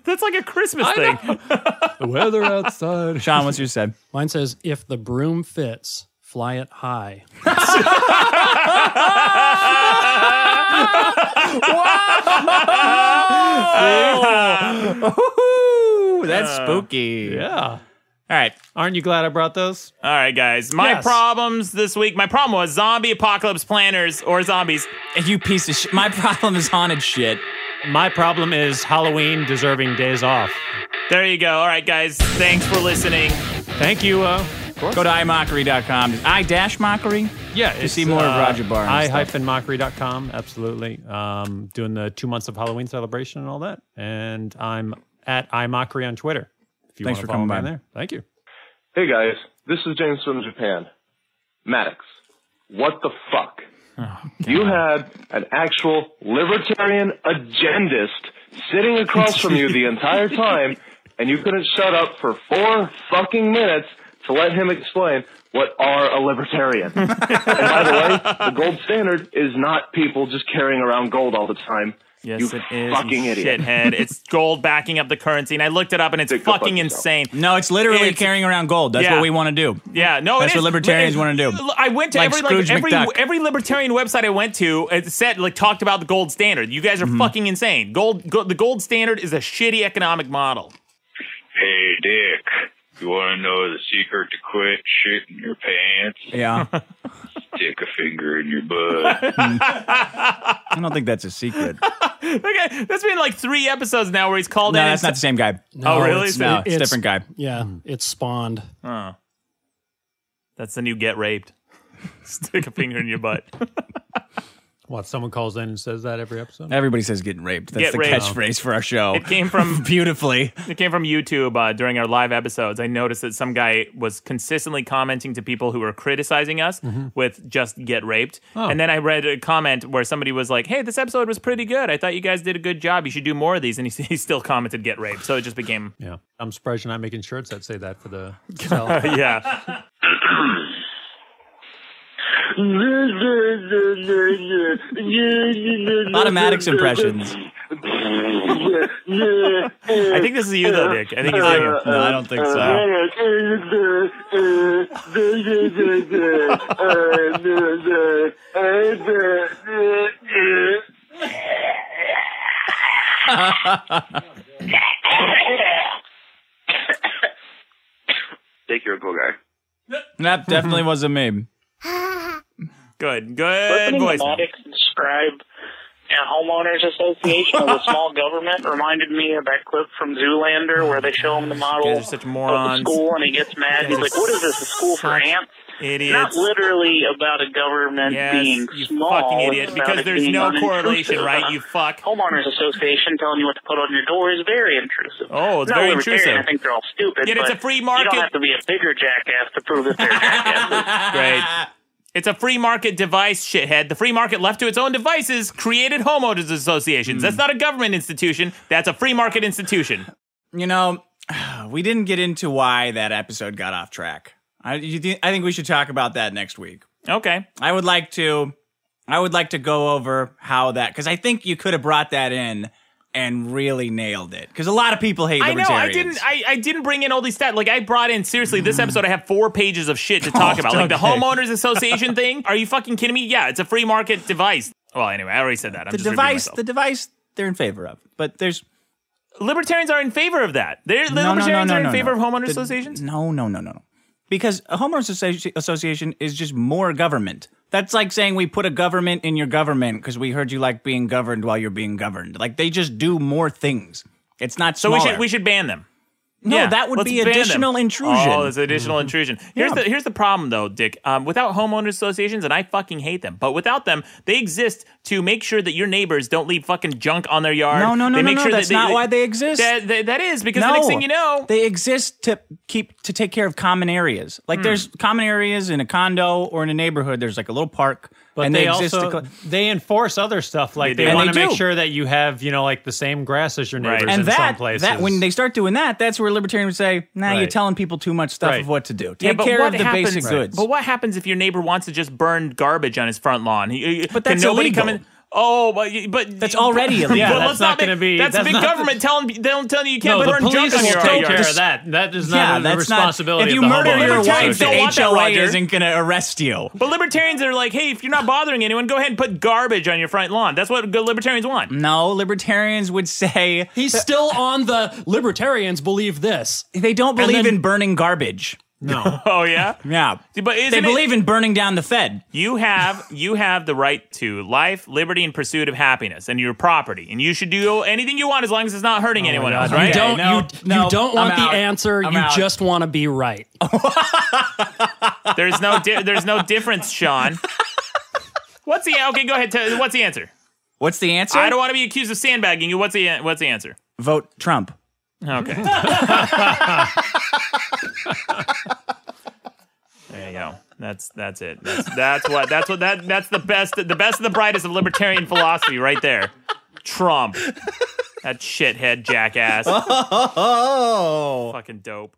That's like a Christmas
I
thing.
the weather outside.
Sean, what's your said?
Mine says, if the broom fits, fly it high.
Whoa! That's
Uh,
spooky.
(laughs) Yeah. All
right.
Aren't you glad I brought those?
All right, guys. My
Yes.
problems this week. My problem was zombie apocalypse planners or zombies.
You piece of shit. My problem is haunted shit.
My problem is Halloween deserving days off.
There you go. All right, guys. Thanks for listening.
Thank you. Uh,
go to imockery.com. Is I dash mockery.
Yeah,
to see more of Roger Barr.
I
and stuff.
hyphen mockery.com. Absolutely. Um, doing the two months of Halloween celebration and all that. And I'm at iMockery on Twitter. If you
Thanks
want
for
to follow
coming
me
by.
on there. Thank you.
Hey guys, this is James from Japan. Maddox, what the fuck?
Oh,
you had an actual libertarian agendist sitting across from you the
(laughs)
entire time, and you couldn't shut up for four fucking minutes to let him explain what are a
(laughs)
libertarian. and by the way, the gold standard is not people just carrying around gold all the time.
Yes,
you
it is.
fucking
you (laughs)
idiot.
Shithead. It's gold backing up the currency. And I looked it up and it's
go
fucking
fuck
insane.
No, it's literally
It's-
carrying around gold. That's
Yeah.
what we want to do.
Yeah, no,
That's
it is.
what libertarians
It-
wanna do.
I went to
Like
every
Scrooge
like, every
McDuck.
every libertarian website I went to. It said like talked about the gold standard. You guys are fucking insane. Gold, go, the gold standard is a shitty economic model. (laughs)
Hey, Dick, you want to know the secret to quit shitting your pants?
Yeah.
Stick a finger in your butt.
(laughs) I don't think that's a secret.
okay, that's been like three episodes now where he's called
No,
in. and
that's not the
sa-
same guy.
oh, really?
It's, no, it's a different guy. Hmm.
Yeah, it's spawned.
Huh. That's the new get raped. (laughs) Stick a finger in your butt.
What, someone calls in and says that every episode?
Everybody says getting raped. That's
Get
the
raped.
catchphrase for our show.
(laughs) It came from
beautifully.
It came from YouTube uh, during our live episodes. I noticed that some guy was consistently commenting to people who were criticizing us
Mhm.
with just get raped.
Oh.
And then I read a comment where somebody was like, "Hey, this episode was pretty good. I thought you guys did a good job. You should do more of these." And he, (laughs) he still commented get raped. So it just (laughs) became
Yeah. I'm surprised you're not making shirts that say that for the
yeah.
lot of Maddox impressions.
I think this is you though, Dick. I think it's you.
No, I don't think so.
Dick, you're a cool guy.
That definitely was a meme.
Good,
Listening to Maddox describe a homeowners association
(laughs)
of a small government reminded me of that clip from Zoolander where they show him the model
guys are such
of the
morons.
school and he gets mad. He's
You guys
like,
are
"What is this? A school for
such
ants?"
idiots.
Not literally about a government
Yes,
being
you
small.
fucking
it's
idiot,
about
because
it
there's
being
no
unintrusive.
correlation, right,
(laughs)
(laughs)
you fuck.
Homeowners association telling you what to put on your door is very intrusive.
Oh, it's
Not
very
libertarian,
intrusive.
I think they're all stupid.
Yet it's
but
a free
You
market.
don't have to be a bigger jackass to prove
(laughs)
that they're jackasses.
Great. It's a free market device, shithead. The free market left to its own devices created homeowners associations.
Hmm.
That's not a government institution. That's a free market institution.
You know, (sighs) we didn't get into why that episode got off track. I, you thi- I think we should talk about that next week.
Okay.
I would like to, I would like to go over how that because I think you could have brought that in and really nailed it because a lot of people hate
I know.
libertarians. Hmm.
I didn't. I, I didn't bring in all these stats. Like I brought in seriously this episode. I have four pages of shit to
(laughs)
talk
Oh,
about. Like the
okay.
homeowners association thing. Are you fucking kidding me? Yeah, it's a free market device. Well, anyway, I already said that. I'm
the
just repeating
device,
myself.
the device, they're in favor of, but there's
libertarians are in favor of that. They're, the
No, no, no,
libertarians
no,
are in
no,
favor
no.
of homeowners
The-
associations.
No, no, no, no, no. Because a homeowners associ- association is just more government. That's like saying we put a government in your government because we heard you like being governed while you're being governed. Like they just do more things. It's not
So
smaller.
we should we should ban them.
No, that would
let's
be
ban them.
additional intrusion.
Oh, it's additional
Mm-hmm.
intrusion. Here's the here's the problem though, Dick. Um, without homeowners associations, and I fucking hate them, but without them, they exist to make sure that your neighbors don't leave fucking junk on their yard.
No, no, no,
They
no,
make
no,
sure
that's
that
not why they exist.
That, that- that is because the next thing you know,
they exist to keep to take care of common areas. Like
Hmm.
there's common areas in a condo or in a neighborhood. There's like a little park,
But
and
they,
they, exist
also
to. cl-
they enforce other stuff like
They
they,
do.
want
And
to
they
make
do.
sure that you have you know like the same grass as your neighbors in
and that,
some places.
that when they start doing that, that's where libertarians would say, "Now you're
Right.
telling people too much stuff
Right.
of what to do.
Yeah,
Take
but
care
what
of the
happens,
basic goods."
But what happens if your neighbor wants to just burn garbage on his front lawn? but
that's
can nobody come
illegal.
in? Oh, but, (laughs) but that's
already illegal. Yeah,
that's not gonna be-
That's,
that's
big
not-
government telling telling telling you you can't
no,
burn
Oh, the police
junk on
will
your
take
yard.
care of that. That is not
yeah,
a
that's not.
responsibility
If you
of the
murder
homeowner
your wife, the
association.
HOA
Roger.
isn't going to arrest you.
But libertarians are like, hey, if you're not bothering anyone, go ahead and put garbage on your front lawn. That's what good libertarians want.
No, libertarians would say
he's still on the libertarians believe this.
They don't
And
believe
then-
in burning garbage.
No.
oh (laughs) yeah.
Yeah.
But isn't
they
it-
believe in burning down the Fed.
You have you have the right to life, liberty, and pursuit of happiness, and your property, and you should do anything you want as long as it's not hurting anyone else, right? (laughs)
You don't you, you don't want the answer. you
out.
just want to be right.
There's no di- there's no difference, (laughs) Sean. What's the okay? Go ahead. Tell, what's the answer?
What's the answer?
I don't want to be accused of sandbagging you. What's the an- what's the answer?
vote Trump.
Okay. there you go. That's that's it. That's, that's what that's what that that's the best the best and the brightest of libertarian philosophy right there. Trump. That shithead jackass.
Oh.
Fucking dope.